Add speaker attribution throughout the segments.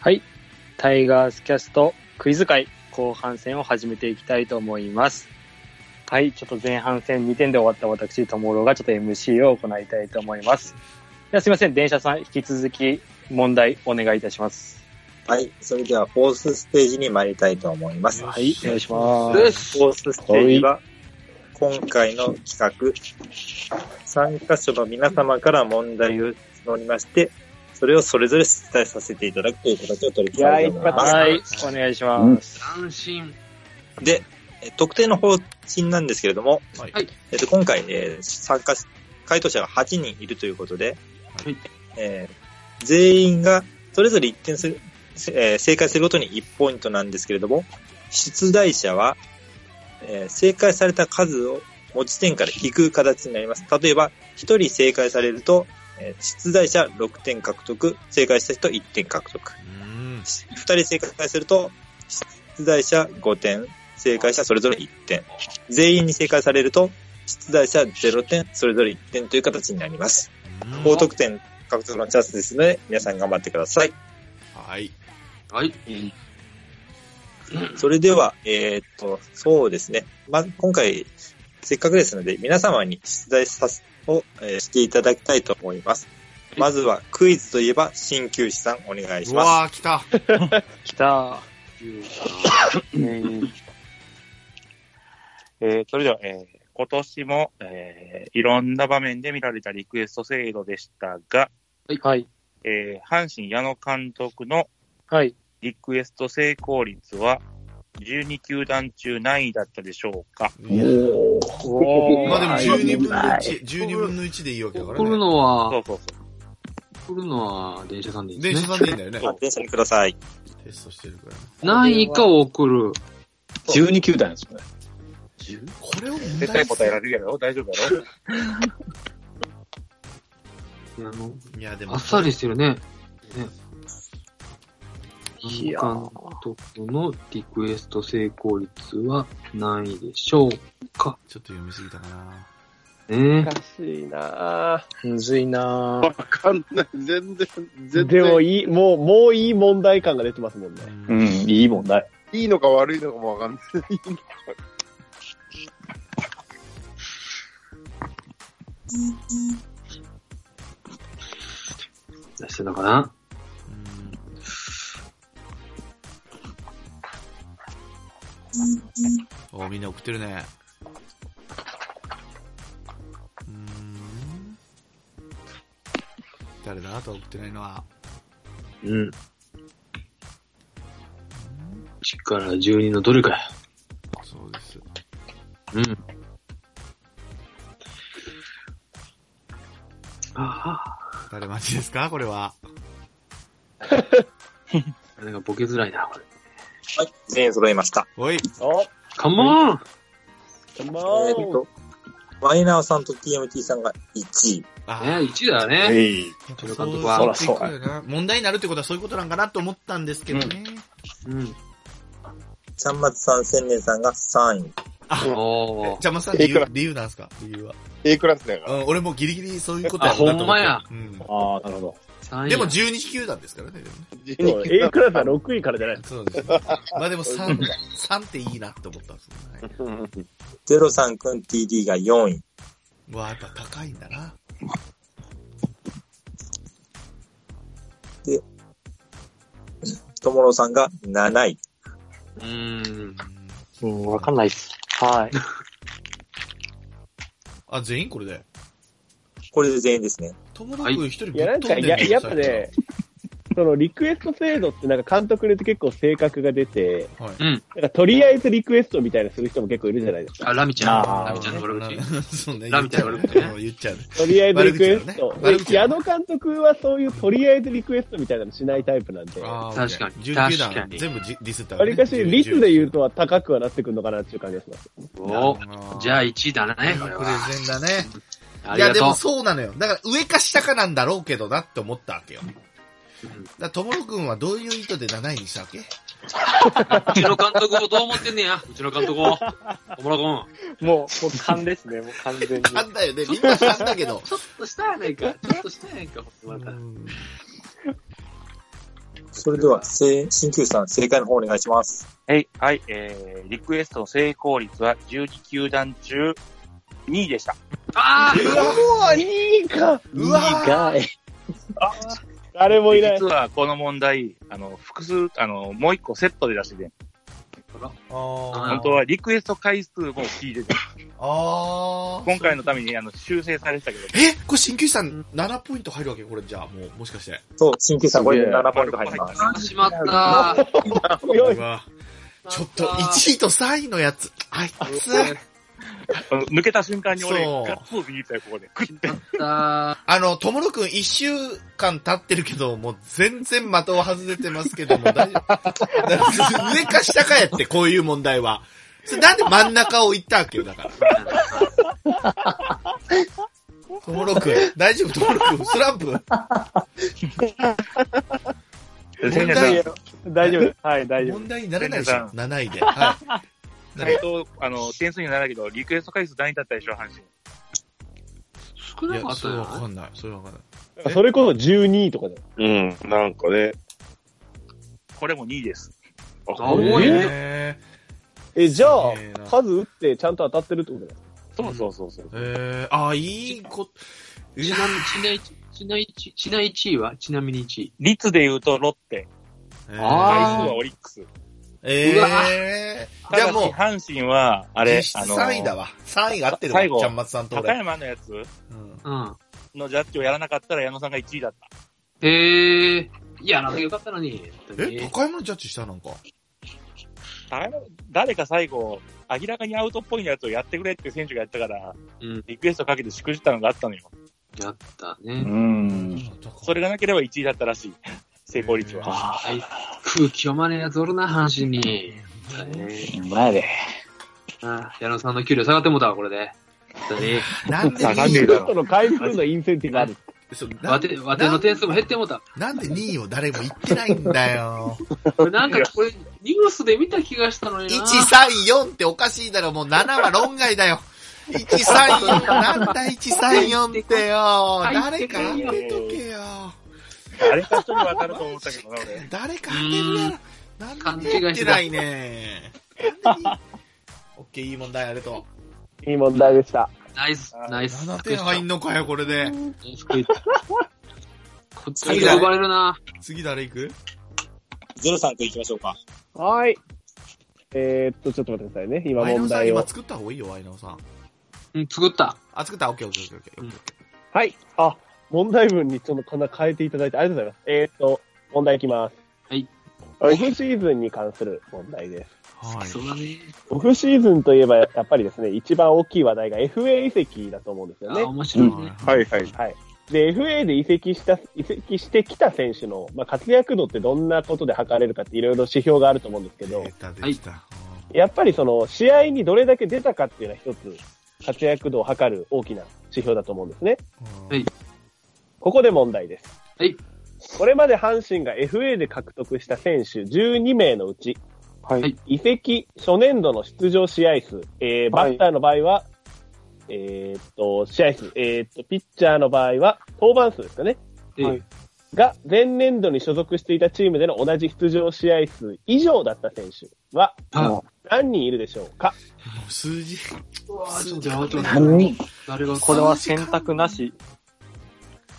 Speaker 1: はい。タイガースキャストクイズ会後半戦を始めていきたいと思います。はい。ちょっと前半戦2点で終わった私、トモロがちょっと MC を行いたいと思います。ではすいません。電車さん、引き続き問題お願いいたします。
Speaker 2: はい。それでは、フォースステージに参りたいと思います。
Speaker 1: はい。お願いしま
Speaker 2: フォ
Speaker 1: す。
Speaker 2: ースステージは、今回の企画、参加者の皆様から問題を募りまして、それをそれぞれ出題させていただくという形を取り組みたいと思います。
Speaker 1: はい。お願いします。
Speaker 3: 斬新。
Speaker 2: で、え特定の方針なんですけれども、
Speaker 3: はい
Speaker 2: えっと、今回、えー参加し、回答者が8人いるということで、
Speaker 3: はい
Speaker 2: えー全員がそれぞれ1点する、せえー正解するごとに1ポイントなんですけれども、出題者は、えー正解された数を持ち点から引く形になります。例えば、1人正解されると、えー出題者6点獲得、正解した人1点獲得。
Speaker 3: うん。
Speaker 2: 2人正解すると、出題者5点、正解者それぞれ1点。全員に正解されると、出題者0点、それぞれ1点という形になります。高得点獲得のチャンスですので、皆さん頑張ってください。
Speaker 3: はい。はい。
Speaker 2: それでは、えーっと、そうですね。まあ、今回、せっかくですので、皆様に出題させ、を、えーしていただきたいと思います。まずは、クイズといえば、鍼灸師さん、お願いし
Speaker 3: う
Speaker 2: ます。
Speaker 3: わー、来た。
Speaker 1: 来た。うん
Speaker 4: えーそれでは、えー今年も、えーいろんな場面で見られたリクエスト制度でしたが、
Speaker 1: はい。
Speaker 4: えー阪神矢野監督の
Speaker 1: はい。
Speaker 4: リクエスト成功率は12球団中何位だったでしょうか
Speaker 1: おー
Speaker 3: まあでも
Speaker 1: はい
Speaker 3: 12分の1、12分の1でいいわけだから
Speaker 5: 来る
Speaker 3: ね。
Speaker 5: の
Speaker 4: そ
Speaker 5: は
Speaker 4: う、そうそ
Speaker 5: 来るのは電車さんでいいで
Speaker 3: 電
Speaker 5: す
Speaker 3: 車
Speaker 5: ね。
Speaker 3: さんでいいんだよね
Speaker 2: で。は電車にください。
Speaker 3: テストしてるから。
Speaker 5: 何位かを送る。
Speaker 6: 12球団ですよね。
Speaker 3: これを
Speaker 4: う。
Speaker 3: 問
Speaker 4: 絶対
Speaker 3: 題
Speaker 4: 答えられるやろ大丈夫やろ
Speaker 5: あの
Speaker 3: いや、でも。
Speaker 5: あっさりしてるね。ね。
Speaker 1: い
Speaker 5: 監
Speaker 1: や
Speaker 5: 督のリクエスト成功率は何位でしょう
Speaker 3: ちょっと読みすぎたかな。
Speaker 5: ね
Speaker 7: 難しいなぁ。
Speaker 1: むずいな
Speaker 7: わ
Speaker 1: ぁ。
Speaker 7: かんない。全然、全然。
Speaker 6: でもいい、もう、もういい問題感が出てますもんね。うん、いい問題。
Speaker 7: いいのか悪いのかもわかんない。
Speaker 5: 出してたかな
Speaker 3: うんおーみんな送ってるね。うーん。誰だあと送ってないのは。
Speaker 5: うん。1から12のどれかや。
Speaker 3: そうです。
Speaker 5: うん。ああ。
Speaker 3: 誰待ちですかこれは。
Speaker 5: なんかボケづらいな、これ。
Speaker 2: はい、全員揃いました。
Speaker 3: おい、
Speaker 6: お
Speaker 5: カモン
Speaker 6: カ
Speaker 2: えっ
Speaker 6: モン
Speaker 2: と、ワイナーさんと TMT さんが1位。
Speaker 3: あ
Speaker 5: ね、1だね。
Speaker 6: えい。
Speaker 3: やっぱ
Speaker 5: 監
Speaker 3: そう
Speaker 5: 督
Speaker 3: な
Speaker 5: は
Speaker 3: っていくよな。問題になるってことはそういうことなんかなと思ったんですけどね。
Speaker 5: うん。
Speaker 2: ちゃんまつさん、千年さんが3位。
Speaker 5: お
Speaker 3: え
Speaker 5: ー。
Speaker 3: 邪魔さん理
Speaker 8: いく
Speaker 3: 由
Speaker 8: ら、
Speaker 3: 理由なんですか理由は。
Speaker 8: A クラスだか
Speaker 3: う
Speaker 8: ら。
Speaker 3: ん、俺もギリギリそういうこと
Speaker 5: あ、
Speaker 3: やろう
Speaker 5: ほ
Speaker 3: なと
Speaker 5: ん
Speaker 3: 思っ
Speaker 5: ま
Speaker 3: て
Speaker 5: や。
Speaker 6: ああ、なるほど。
Speaker 5: 3位
Speaker 3: うん。でも12球団ですからね。でもね
Speaker 6: そう A クラスは6位からじゃないで
Speaker 3: そうですね。まあでも3、3っていいなって思ったんですよね。
Speaker 6: すか。
Speaker 2: ゼロさんくん TD が4位。
Speaker 3: わあ、やっぱ高いんだな。
Speaker 2: ともろさんが7位。
Speaker 5: うーん。
Speaker 3: うん
Speaker 9: うん、わかんないっす。 はい。
Speaker 3: あ、全員これで。
Speaker 2: これで全員ですね。
Speaker 3: 友達一人ぶっ
Speaker 6: いや、なん
Speaker 3: 飛
Speaker 6: か、
Speaker 3: んで
Speaker 6: や、
Speaker 3: る
Speaker 6: やっぱ。ね、そのリクエスト制度ってなんか監督によって結構性格が出て、
Speaker 3: はい
Speaker 6: なんかとりあえずリクエストみたいなする人も結構いるじゃないですか。
Speaker 5: あ、ラミちゃん。
Speaker 6: あー
Speaker 5: ラミちゃんの悪口。
Speaker 3: そうね。言
Speaker 5: ラみ
Speaker 3: った
Speaker 5: い
Speaker 3: ちゃ
Speaker 5: な
Speaker 3: う
Speaker 5: 悪
Speaker 3: ね
Speaker 5: 口ね。
Speaker 3: 言っちゃうね。
Speaker 6: とりあえずリクエスト
Speaker 3: 悪口だよね悪。口だ
Speaker 6: 矢
Speaker 3: よ
Speaker 6: 野監督はそういうとりあえずリクエストみたいなのしないタイプなんで、わ
Speaker 3: あー
Speaker 5: 確かに
Speaker 3: 19
Speaker 5: 確か
Speaker 3: 段
Speaker 5: に
Speaker 3: 全部じディスったわね
Speaker 6: りかしリスで言うとは高くはなってくるのかなっていう感じがします。
Speaker 5: お
Speaker 3: ー
Speaker 5: じゃあ1位だね、
Speaker 3: いい
Speaker 5: これ
Speaker 3: プ
Speaker 5: は。
Speaker 3: レゼンだね。
Speaker 5: あ
Speaker 3: い
Speaker 5: り
Speaker 3: や、
Speaker 5: が
Speaker 3: で
Speaker 5: と
Speaker 3: もそうなのよ。だから上か下かなんだろうけどなって思ったわけよ。だから、ともろくんはどういう意図で7位にしたわけ
Speaker 5: う。うちの監督をどう思ってんねや。うちの監督を。小村君。
Speaker 9: もう、もう勘ですね、もう完全に。
Speaker 3: 勘だよね。みんな勘だけど。
Speaker 5: ちょっとしたやないか。ちょっとしたやないか、ほんまた。
Speaker 2: それでは、せい新旧さん、正解の方お願いします。
Speaker 4: はい、はい、えー、リクエストの成功率は12球団中2位でした。
Speaker 5: あー
Speaker 6: 2位か
Speaker 3: うわー
Speaker 9: が、
Speaker 6: 誰もいない
Speaker 4: 実。はこの問題、あの、複数、あの、もう一個セットで出してて、
Speaker 5: あー
Speaker 4: 本当はリクエスト回数も聞いてて、
Speaker 3: あー。
Speaker 4: 今回のためにあの修正されてたけど、
Speaker 3: えこれ新旧さん7ポイント入るわけこれじゃあ、もう、もしかして。
Speaker 2: そう、新旧さん、これです
Speaker 8: げえ
Speaker 2: 7ポイント入ります。
Speaker 5: あー、しまったー。
Speaker 6: 強いう
Speaker 3: わちょっと1位と3位のやつ。あいつ。
Speaker 4: あの抜けた瞬間に俺、
Speaker 3: そう
Speaker 4: ガッツポーズ握ったよ、ここで。クッて。
Speaker 5: あ
Speaker 3: あの、ともろくん1週間経ってるけど、もう全然的を外れてますけども、大丈夫。 だから上か下かやって、こういう問題は。それなんで真ん中を言ったわけよ、だから。ともろくん、大丈夫、ともろくん、スランプ。
Speaker 4: 千年
Speaker 3: 問題
Speaker 4: さん
Speaker 3: や、
Speaker 9: 大丈夫です。はい、大丈夫。
Speaker 3: 問題にならないでしょ、7位で。 はい。
Speaker 4: 回答、あの、点数にはならないけど、リクエスト回数何だったでしょう、阪神。
Speaker 5: 少
Speaker 3: い
Speaker 5: なか
Speaker 3: や、
Speaker 5: っ
Speaker 3: そ
Speaker 5: た
Speaker 3: れ
Speaker 5: よ
Speaker 3: わ。かんない。それわかんない。
Speaker 6: それこそ12位とかだよ。
Speaker 8: うん、なんかね。
Speaker 4: これも2位です。
Speaker 5: あ多いね。
Speaker 3: え
Speaker 6: え、じゃあ
Speaker 3: すげえな、
Speaker 6: 数打ってちゃんと当たってるってことだよ。
Speaker 4: そうそうそうそう。
Speaker 3: ー、えー、あー、いいこ、い
Speaker 5: ち
Speaker 3: や
Speaker 5: なみに、ちな一、ちな一、ちな一位はちなみに一位。
Speaker 4: 率で言うとロッテ、回
Speaker 5: あー
Speaker 4: 数はオリックス。
Speaker 3: え
Speaker 5: うわ
Speaker 3: えー。
Speaker 4: た
Speaker 3: じ
Speaker 4: だ
Speaker 3: ゃあ
Speaker 4: し、
Speaker 3: もう、
Speaker 4: 阪神は、あ
Speaker 3: あ
Speaker 4: れ、あの、
Speaker 3: 3位だわ。3位が合ってるわ。
Speaker 4: 最後
Speaker 3: ちゃんまつさんと
Speaker 4: 高
Speaker 3: 俺。
Speaker 4: 山のやつ
Speaker 3: うん
Speaker 5: うん。
Speaker 4: のジャッジをやらなかったら矢野さんが1位だった。
Speaker 5: へえー。いや、なんかよかったのに。
Speaker 3: え、高山のジャッジしたなんか。
Speaker 4: 高山誰か最後、明らかにアウトっぽいやつをやってくれって選手がやったから、
Speaker 5: うん
Speaker 4: リクエストかけてしくじったのがあったのよ。
Speaker 5: やった
Speaker 8: う
Speaker 5: ね。
Speaker 8: ん。
Speaker 4: それがなければ1位だったらしい。 成功率は。
Speaker 5: あーあい空気読まねえやつおるな、阪神に。え
Speaker 8: 前で。
Speaker 5: ー、あー矢野さんの給料下がってもうたわ、これで。本当に。
Speaker 3: なんで
Speaker 4: なん
Speaker 3: 2
Speaker 4: で
Speaker 3: 位
Speaker 6: ち
Speaker 4: だ
Speaker 6: ょっとの回数のインセンティブある。
Speaker 3: そうな
Speaker 5: わて、わての点数も減ってもうた。
Speaker 3: なんで2位を誰も言ってないんだよ。
Speaker 5: これなんかこれ、ニュースで見た気がしたのに
Speaker 3: 1、
Speaker 5: な。
Speaker 3: 3、4っておかしいだろ。もう7は論外だよ。1、3、4。なんだ1、3、4ってよ。誰か当てとけよ。
Speaker 4: あれか一人分かると思ったけどな、俺。
Speaker 3: 誰か当てるやろ。なんで言ってないね。オッケー、いい問題ありがと
Speaker 6: いい問題でした。
Speaker 5: ナイス、ナ
Speaker 3: う。
Speaker 5: イス。
Speaker 3: 7点入んのかよ、これで。
Speaker 5: ナイスクイズ。こっちが呼ばれるな。
Speaker 3: 次誰行く
Speaker 2: ゼロさんと行きましょうか。
Speaker 6: はい。えー、っと、ちょっと待ってくださいね。今
Speaker 3: ワイナオ
Speaker 6: 問
Speaker 3: さん
Speaker 6: 題を
Speaker 3: 今。作った方がいいよ、ワイナオさん。
Speaker 5: うん、作った。
Speaker 3: あ、作ったオッケーオッケーオッケーオッケー。
Speaker 6: はい。あ、問題文にそのこんな変えていただいてありがとうございます。えー、っと、問題いきます。
Speaker 5: はい。
Speaker 6: オフシーズンに関する問題です。
Speaker 3: は
Speaker 5: そうだね。
Speaker 6: オフシーズンといえば、やっぱりですね、一番大きい話題が FA 移籍だと思うんですよ
Speaker 5: あ、
Speaker 6: ね。
Speaker 5: 面白いね。
Speaker 8: はいはい。
Speaker 6: はい。で、FA で移籍した、移籍してきた選手の、まあ、活躍度ってどんなことで測れるかっていろいろ指標があると思うんですけど
Speaker 3: 出、た、出た。
Speaker 6: やっぱりその、試合にどれだけ出たかっていうのは一つ、活躍度を測る大きな指標だと思うんですね。
Speaker 3: うん
Speaker 5: はい
Speaker 6: ここで問題です。
Speaker 5: はい。。
Speaker 6: これまで阪神が FA で獲得した選手12名のうち、
Speaker 9: はい
Speaker 6: 移籍初年度の出場試合数、えー、バッターの場合は、えーっと、試合数、えーっと、ピッチャーの場合は、登板数ですかね。
Speaker 5: ええ
Speaker 9: はい
Speaker 6: が、前年度に所属していたチームでの同じ出場試合数以上だった選手は、
Speaker 5: あ、
Speaker 6: 何人いるでしょうか
Speaker 3: もう数字。
Speaker 5: うわぁ、ちょっとやばい。
Speaker 9: 何
Speaker 5: 誰が、
Speaker 9: これは選択なし。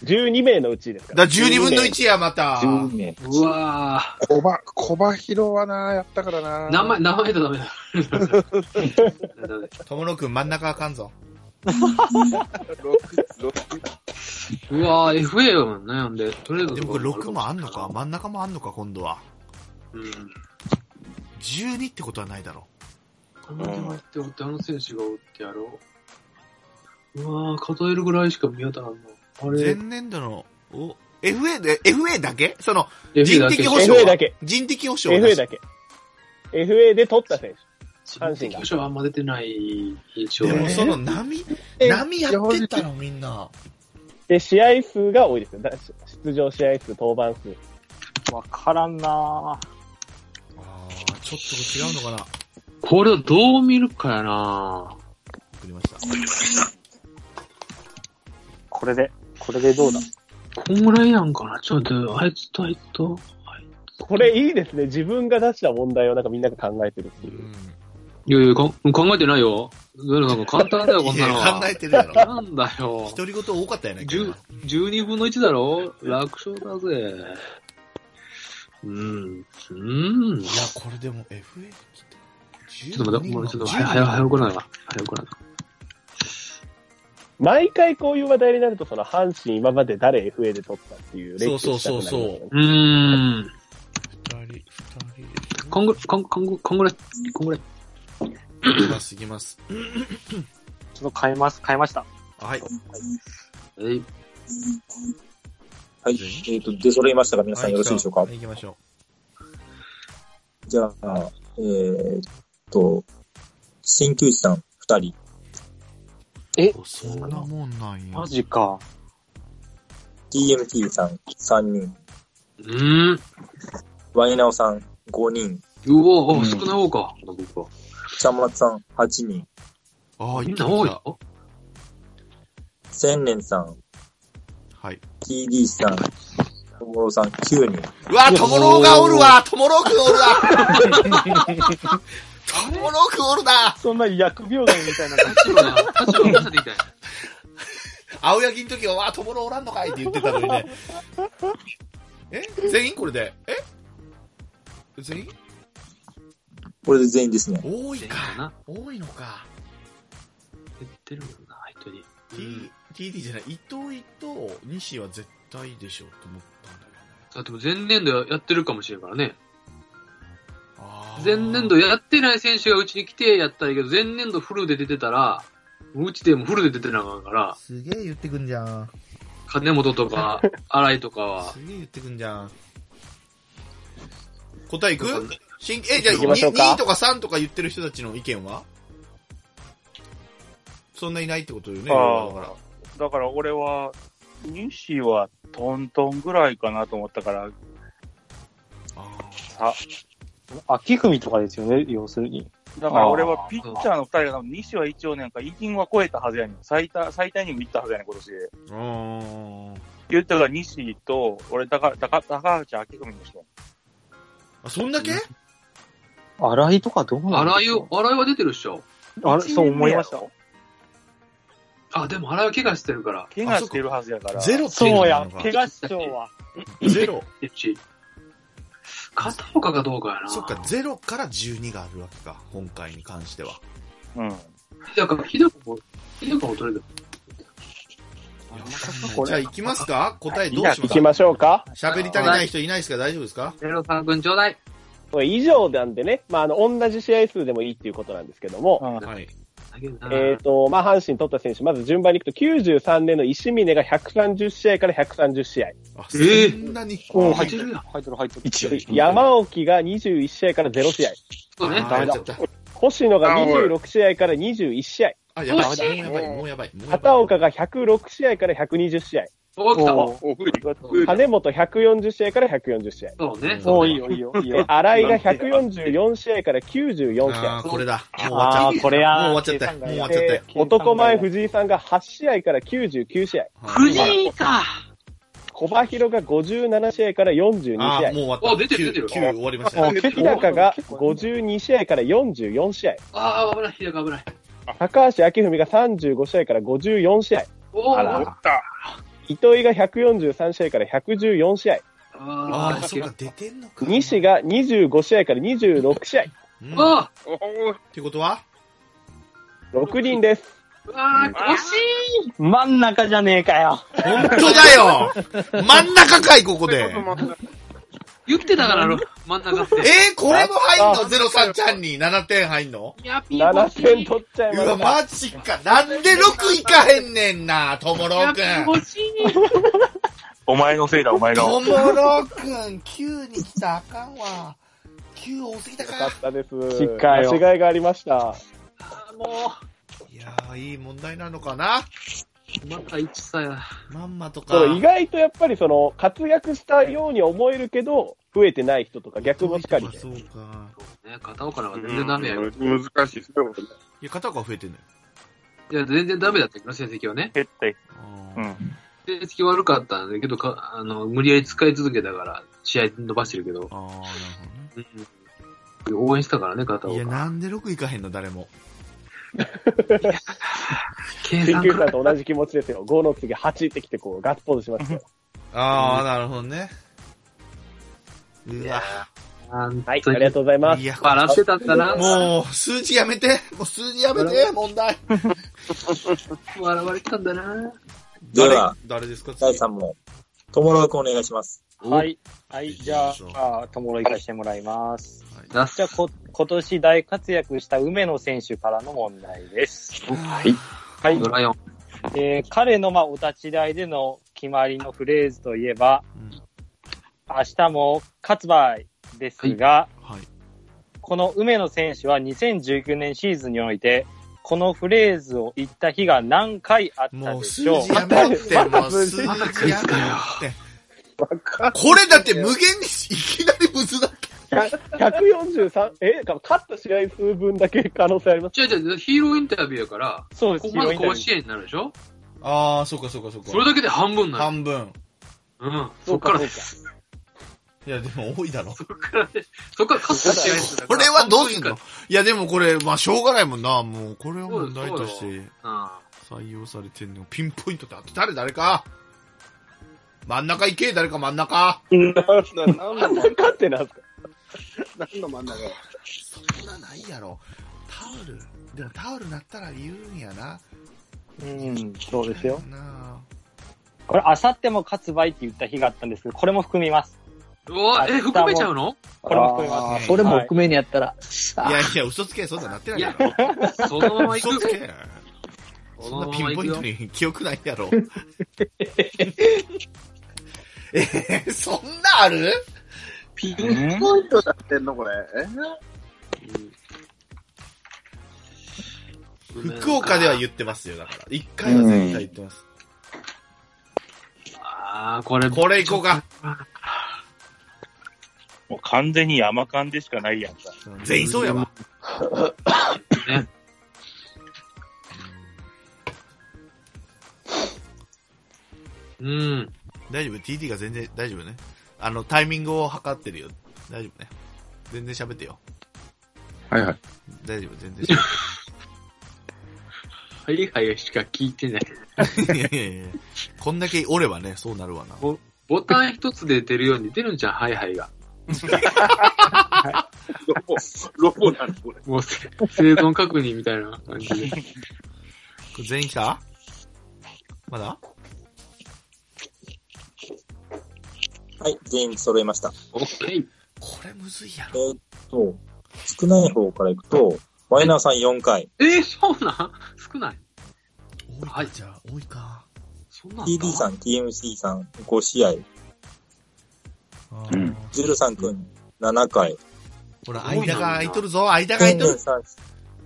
Speaker 6: ?12 名のうちですから。
Speaker 3: だ、12分の1や、また。
Speaker 4: 10名。
Speaker 5: うわぁ。
Speaker 8: 小ば、小ばひろはな、やったからな。
Speaker 5: 名前、名前とダメだ。 ダメだ
Speaker 3: ともろくん真ん中あかんぞ。
Speaker 8: 6、6、
Speaker 5: うわぁ、FA やもんね、ほんで。とりあえず。
Speaker 3: でもこれ6もあんのか真ん中もあんのか今度は。
Speaker 5: うん。
Speaker 3: 12ってことはないだろ
Speaker 5: あの手もっておって、あの選手がおってやろう。うわぁ、数えるぐらいしか見当たらんの。あ
Speaker 3: う。前
Speaker 5: れ、
Speaker 3: 年度の、お、FA で、FA だけその、
Speaker 5: FA
Speaker 3: 人
Speaker 5: だけ
Speaker 3: 的
Speaker 5: し
Speaker 3: 保
Speaker 5: か。
Speaker 3: 障
Speaker 6: FA だけ。
Speaker 3: 人的保障
Speaker 6: FA だけ。FA で取った選
Speaker 5: 人的保障あんま出てない印象
Speaker 3: で
Speaker 5: だ
Speaker 3: も
Speaker 5: ね。
Speaker 3: その波、
Speaker 6: 手。
Speaker 3: 波やってたのみんな。
Speaker 6: で、試合数が多いですよ。だ出場試合数、登板数。
Speaker 9: わからんな
Speaker 3: ああ、ちょっと違うのかな。
Speaker 5: これをどう見るかやなぁ。
Speaker 3: 送りました。
Speaker 9: これで、これでどうだ
Speaker 5: こんぐらいなんかなちょっと待って、あいつとあいつと。あい
Speaker 6: これいいですね。自分が出した問題をなんかみんなが考えてるって
Speaker 3: う
Speaker 6: いう。
Speaker 3: ん。
Speaker 5: いやいや、か考えてないよ。なんか簡単だよ、こ ん
Speaker 3: い
Speaker 5: なのは。
Speaker 3: や、考えてるやろ。
Speaker 5: なんだよ。
Speaker 3: 独り言多かったやないか
Speaker 5: 10 12分の1だろ楽勝だぜ。うん。うん。
Speaker 3: い
Speaker 5: ち
Speaker 3: や、これでも FA ち
Speaker 5: ょっと待って、もうちょっと早、早、早くないわ。早くないわ。
Speaker 6: 毎回こういう話題になると、その阪神今まで誰 FA で取ったっていう歴史
Speaker 3: そうそうそうそう
Speaker 6: う。
Speaker 5: うーん。
Speaker 3: 二人、二人
Speaker 5: こんぐ、こん、こんぐ、こんぐらい、こんぐらい。
Speaker 3: いきます、いきます。
Speaker 9: ちょっと変えます、変えました。
Speaker 3: はい。
Speaker 5: えい、
Speaker 2: はい。えっ、と、出揃いましたが、皆さんよろしいでしょうか。
Speaker 3: はい行きましょ
Speaker 2: じゃあ、えー、っと、新旧さん二人。
Speaker 3: う。そんなもんなんや
Speaker 9: マ。ジか。
Speaker 2: TMT さん三人。
Speaker 5: うーん。
Speaker 2: ワイナオさん五人。
Speaker 5: うお
Speaker 9: う
Speaker 5: お、
Speaker 9: ん
Speaker 5: 少ない方か。僕は。
Speaker 2: ちゃんまつさん八人。
Speaker 3: ああ、
Speaker 5: みん
Speaker 3: い
Speaker 5: な多い
Speaker 3: は
Speaker 5: よ。
Speaker 2: 千年さん、
Speaker 3: い。
Speaker 2: TD さん、ともろさん九人。
Speaker 3: うわ、ともろうがおるわともろうくんおるわ ともろうくんおるな
Speaker 6: そんな疫病害みたいな感
Speaker 5: 立場が、立場が出てきたよ。
Speaker 3: 青柳の時は、うわ、ともろうおらんのかいって言ってたのにね。え全員これでえ全員
Speaker 2: これで全員ですね。
Speaker 3: 多い
Speaker 5: 全員か
Speaker 3: か。
Speaker 5: な。
Speaker 3: 多いのか。
Speaker 5: 減ってるもんな、相手に。うん。
Speaker 3: T、TD じゃない、伊藤と西は絶対でしょうと思ったんだけど。
Speaker 5: だってもう前年度やってるかもしれんからね。
Speaker 3: あー
Speaker 5: 前年度やってない選手がうちに来てやったらいいけど、前年度フルで出てたら、うちでもフルで出てなあかんから、
Speaker 3: すげえ言ってくんじゃん。
Speaker 5: 金本 とか、新井とかは。
Speaker 3: すげえ言ってくんじゃん。答えいく
Speaker 5: なんか
Speaker 3: 新え、じゃあ
Speaker 6: 行きましょうか
Speaker 3: 2位とか3とか言ってる人たちの意見はそんないないってことよね。
Speaker 4: あー
Speaker 3: だから
Speaker 4: だから俺は、西はトントンぐらいかなと思ったから、
Speaker 3: あー
Speaker 9: 秋文とかですよね、要するに。
Speaker 4: だから俺はピッチャーの二人が多分西は一応なんか、イニングは超えたはずやねん。最多、最多イニングいったはずやねん、今年で。
Speaker 3: うーん
Speaker 4: 言ったら西と、俺、高、高、高橋明文にして。
Speaker 3: あ、そんだけ
Speaker 9: 荒井とかどうなん
Speaker 5: 新
Speaker 9: で
Speaker 5: 井
Speaker 9: し
Speaker 5: を
Speaker 9: ょ、
Speaker 5: 新井は出てるっしょ。
Speaker 9: うあれ、そう思いました。
Speaker 5: あ、でも新井は怪我してるから。
Speaker 4: 怪我してるはずやから。
Speaker 3: ゼロってい
Speaker 9: そう
Speaker 3: う
Speaker 9: や
Speaker 3: の、
Speaker 9: 怪
Speaker 3: か。
Speaker 9: 我しそうは。
Speaker 3: ゼロ。
Speaker 5: うち。片岡かどうかやな。
Speaker 3: そっか、ゼロから12があるわけか。今回に関しては。
Speaker 4: うん。
Speaker 5: 日高。ひども、ひども取れる。
Speaker 9: こ
Speaker 3: じゃあ
Speaker 9: れ、
Speaker 3: 行きますか答えどうし
Speaker 6: じ。
Speaker 3: ま
Speaker 6: 行
Speaker 3: す
Speaker 6: き
Speaker 3: か
Speaker 6: ましょうか。
Speaker 3: 喋り足りない人いないですか大丈夫ですか
Speaker 5: ゼロ三分ちょうだい。
Speaker 6: これ以上なんでね、まあ、あの、同じ試合数でもいいっていうことなんですけども、
Speaker 4: うん
Speaker 3: はい。
Speaker 5: だけどな。
Speaker 6: えっ、と、まあ、阪神取った選手、まず順番にいくと、93年の石峰が130試合から130試合。
Speaker 3: あ、
Speaker 5: えー
Speaker 3: そんなに。
Speaker 5: もう入ってるやん。
Speaker 4: 入ってる入ってる。
Speaker 2: 一応。
Speaker 6: 山沖が21試合から0試合。
Speaker 5: そうね。
Speaker 3: あ、やっちゃった。
Speaker 6: 星野が26試合から21試合。
Speaker 3: あ、やばい。
Speaker 5: どうし
Speaker 3: もうやばい。もうやばい。もうやばい
Speaker 6: 片岡が106試合から120試合。
Speaker 5: お、来た。
Speaker 8: お古い
Speaker 6: 金本140試合から140試合。
Speaker 5: そうね。
Speaker 4: もういいよいいよいい
Speaker 6: で
Speaker 4: よ、。
Speaker 6: 新井が144試合から94試
Speaker 3: あ
Speaker 6: 合。
Speaker 3: ーこれだ。もう終わっちゃ
Speaker 1: あ
Speaker 3: っ
Speaker 1: ー、これや。
Speaker 3: もう終わっちゃったよもう終わっちゃったよ
Speaker 1: えー
Speaker 6: 男前藤井さんが8試合から99試合。
Speaker 3: た。
Speaker 5: 藤井か。
Speaker 6: 小葉弘が57試合から42
Speaker 3: あ
Speaker 6: 試合。
Speaker 3: ーもう終わった。
Speaker 5: お出てる出てる
Speaker 3: 9終わりました
Speaker 1: あ
Speaker 3: ね。
Speaker 1: 結構
Speaker 6: 日高が52試合から44試合。
Speaker 5: ああ、危ない。ひだか危ない。
Speaker 6: 高橋明文が35試合から54試合。
Speaker 5: おー
Speaker 6: あ
Speaker 5: あ
Speaker 6: ら糸井が143試合から114試合。
Speaker 3: あ
Speaker 5: あ
Speaker 3: あ、そっか
Speaker 5: あ、
Speaker 3: 出てんのか。
Speaker 6: 西が25試合から26試合。
Speaker 3: うん。っ
Speaker 5: あ
Speaker 3: てことは
Speaker 6: 6人です。
Speaker 5: ーあー、惜し
Speaker 1: 真ん中じゃねえかよ。
Speaker 3: 本当だよ真ん中かい、ここで。え
Speaker 5: い言ってたから、あの真ん中って。
Speaker 3: ー、これも入んの ?03 ちゃんに7点入んの
Speaker 5: いや、ピンポン
Speaker 6: 7点取っちゃいうま
Speaker 3: わ、
Speaker 6: した。
Speaker 3: マジか。なんで6いかへんねんな、ともろうく
Speaker 5: い
Speaker 3: ん。
Speaker 5: や欲しい。
Speaker 4: お前の せいだ、お前が。
Speaker 3: ともろうくん、9にしたらあかんわ。9多すぎた
Speaker 6: よか
Speaker 3: か
Speaker 6: っ。たです。
Speaker 1: 近いよ
Speaker 6: 間違いがありました。
Speaker 5: あーも
Speaker 3: いやー、いい問題なのかな。
Speaker 5: う、また1歳や。
Speaker 3: まんまとか。
Speaker 6: そう意外とやっぱりその、活躍したように思えるけど、増えてない人とか逆もしかりで。
Speaker 3: そうか。
Speaker 5: ね、片岡なんか全然ダメやよ。
Speaker 8: 難しいですね、本当に
Speaker 3: いや、片岡増えてんのよ。
Speaker 5: いや、全然ダメだったけど、成績はね。
Speaker 4: 減った。う
Speaker 3: あ
Speaker 4: ん。
Speaker 5: 成績悪かったんだけど、かあの、無理やり使い続けたから、試合伸ばしてるけど
Speaker 3: ー、あー、なる
Speaker 5: うん応援したからね、片
Speaker 3: ほどね。いや、
Speaker 5: 岡。
Speaker 3: なんで6いかへんの、誰も。
Speaker 5: 計
Speaker 6: 研
Speaker 5: 算
Speaker 6: 究
Speaker 5: か
Speaker 6: さんと同じ気持ちですよ。5の次8ってきてこう、ガッツポーズしましたよ。
Speaker 3: あー、なるほどね。うわ。
Speaker 5: なん
Speaker 1: はい
Speaker 6: ありがとうございます
Speaker 3: い。や、
Speaker 5: 笑ってたんだな。
Speaker 3: もう、数字やめて。もう数字やめて、問 題。
Speaker 5: 笑われてたんだな。
Speaker 2: では、
Speaker 3: 誰ですか
Speaker 2: 第3問。ともろくんお願いします。
Speaker 9: はい。はい、じゃあ、ともろいかしてもらいます。
Speaker 5: 出
Speaker 9: じゃあ、こ、今年大活躍した梅野選手からの問題です。
Speaker 5: はい。
Speaker 9: はい。
Speaker 5: ドライオン。
Speaker 9: えー彼の、まあ、お立ち台での決まりのフレーズといえば、
Speaker 3: うん
Speaker 9: 明日も勝つ場合ですが、
Speaker 3: はい。
Speaker 9: この梅野選手は2019年シーズンにおいて、このフレーズを言った日が何回あった
Speaker 3: もう
Speaker 9: で
Speaker 3: 数
Speaker 9: しょう
Speaker 3: 字やめて、もう数字やめて。これだって無限にいきなりむずだった。
Speaker 6: 143、え、勝った試合数分だけ可能性あります。
Speaker 5: 違う違う、ヒーローインタビューやから、
Speaker 9: そうで
Speaker 5: こ
Speaker 9: す、
Speaker 5: こま
Speaker 9: ヒロ
Speaker 5: で
Speaker 9: インタビ
Speaker 5: 甲
Speaker 9: ュー
Speaker 5: 子園になるでしょ
Speaker 3: ああ、そうかそうかそう
Speaker 5: それだけで半分なる。
Speaker 3: 半分。
Speaker 5: うん。そっから、そ
Speaker 3: いや、でも多い だろ。
Speaker 5: っからね、そっから勝った試合数だか
Speaker 3: こ
Speaker 5: ら
Speaker 3: れはどうすん
Speaker 5: 半
Speaker 3: のいや、でもこれ、まあ、しょうがないもんな。もう、これは問題とし
Speaker 5: そう
Speaker 3: て
Speaker 5: 分か
Speaker 3: 採用されてんの。ピンポイントって当てたれ誰か真ん中行け、誰か真ん中。
Speaker 8: 何の真ん中
Speaker 6: 勝ってなんすか
Speaker 8: 何の真ん中
Speaker 3: そんなないやろ。タオル。でもタオルなったら言うんやな。
Speaker 9: うん、そうですよ。
Speaker 3: な
Speaker 9: これ、明後日も勝つ場合って言った日があったんですけど、これも含みます。
Speaker 5: うん。うわ、え、含めちゃうの
Speaker 9: これも含みます。
Speaker 1: それも含めにやったら。
Speaker 3: あいやいや、嘘つけ、そんなんなってないやろ。
Speaker 5: そのまま行
Speaker 3: 嘘つ
Speaker 5: く。
Speaker 3: け。そ
Speaker 5: そ
Speaker 3: ん
Speaker 5: の
Speaker 3: な
Speaker 5: ま
Speaker 3: ピ
Speaker 5: ま
Speaker 3: ンポ
Speaker 5: 行く
Speaker 3: イント
Speaker 5: よ。
Speaker 3: に記憶ないやろ。 えー、そんなある
Speaker 8: ピンポイントだってんのこれ。
Speaker 3: 福岡では言ってますよ、だから。一回は絶対言ってます。
Speaker 5: ああ、これ、
Speaker 3: これいこうか。
Speaker 4: もう完全に山間でしかないやんか。
Speaker 3: 全員そうやわ。
Speaker 5: ね。うん。
Speaker 3: 大丈夫 ?TT が全然大丈夫ね。あの、タイミングを測ってるよ。大丈夫ね。全然喋ってよ。
Speaker 8: はいはい。
Speaker 3: 大丈夫、全然喋っ
Speaker 5: はいはいしか聞い てない。
Speaker 3: て。いやいやいやこんだけおればね、そうなるわな。
Speaker 5: ボタン一つで出るように出るんじゃん、はいはいが。
Speaker 8: ロボ、ロボなのこれ。
Speaker 5: もうせ、生存確認みたいな感じで。
Speaker 3: これ全員来たまだ
Speaker 2: はい、全員揃えました。
Speaker 5: オッケー。
Speaker 3: これむずいや
Speaker 2: えーっと、少ない方からいくと、マイナーさん4回。
Speaker 5: えー、そうなん少ない。
Speaker 3: 多いか、
Speaker 5: はい
Speaker 3: じゃあ、多いか。
Speaker 5: そんなんだ
Speaker 2: TD さん、TMC さん、5試合。
Speaker 3: あ
Speaker 4: う
Speaker 3: ー
Speaker 4: ん
Speaker 2: ゼロさんくん、7回。
Speaker 3: ほら、間が空いとるぞ、間が空い
Speaker 2: 天
Speaker 3: と
Speaker 2: 然
Speaker 3: る。
Speaker 2: さん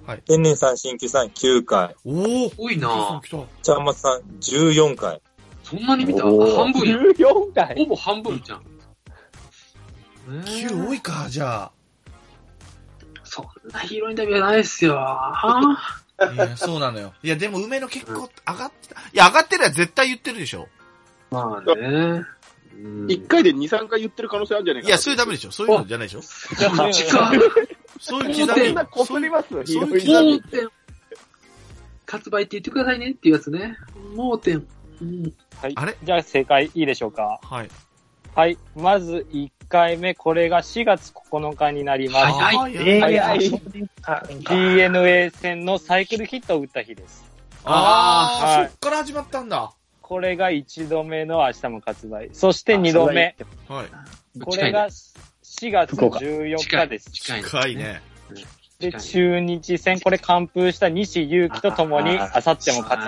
Speaker 3: はい、
Speaker 2: 天然さん、新旧さん、9回。
Speaker 3: おお
Speaker 5: 多いなぁ
Speaker 3: 来た来
Speaker 2: ちゃんまつさん、14回。
Speaker 5: そんなに見た
Speaker 4: おー
Speaker 5: 半分やん。
Speaker 6: 14回
Speaker 5: ほぼ半分じゃん。え
Speaker 3: た。9多
Speaker 5: ー、
Speaker 3: いか、じゃ
Speaker 5: そんなヒーローインタビューはないっすよ。は
Speaker 3: あ。 いや、そうなのよ。いや、でも梅の結構上がってた。いや、上がってるや絶対言ってるでしょ。
Speaker 5: ぁまあね。うん
Speaker 8: 一回で2、3回言ってる可能性あるんじゃないか
Speaker 3: いや、そういうダメでしょ。そういうのじゃないでしょ。
Speaker 5: マジか。
Speaker 3: そういう刻
Speaker 6: そん
Speaker 3: み
Speaker 6: な。こすりますそう
Speaker 3: そういう刻み。
Speaker 5: 盲点。発売って言ってくださいねっていうやつね。盲点。うん。
Speaker 3: あれ
Speaker 9: じゃあ正解いいでしょうか。
Speaker 3: はい。
Speaker 9: はい。まず1回目、これが4月9日になります。
Speaker 5: はい
Speaker 3: あーや
Speaker 9: はい
Speaker 6: 早い
Speaker 9: DNA 戦のサイクルヒットを打った日です。
Speaker 3: あ
Speaker 9: は
Speaker 3: ー、
Speaker 9: い
Speaker 3: そっから始まったんだ。
Speaker 9: これが1度目の明日も発売。そして2度目。
Speaker 3: はい。
Speaker 9: これが4月14日です。
Speaker 5: 近いね。
Speaker 3: 深いね。
Speaker 9: で、
Speaker 5: 近い
Speaker 9: 中日戦、これ完封した西勇輝と共に、
Speaker 5: あ
Speaker 9: あさっても発売。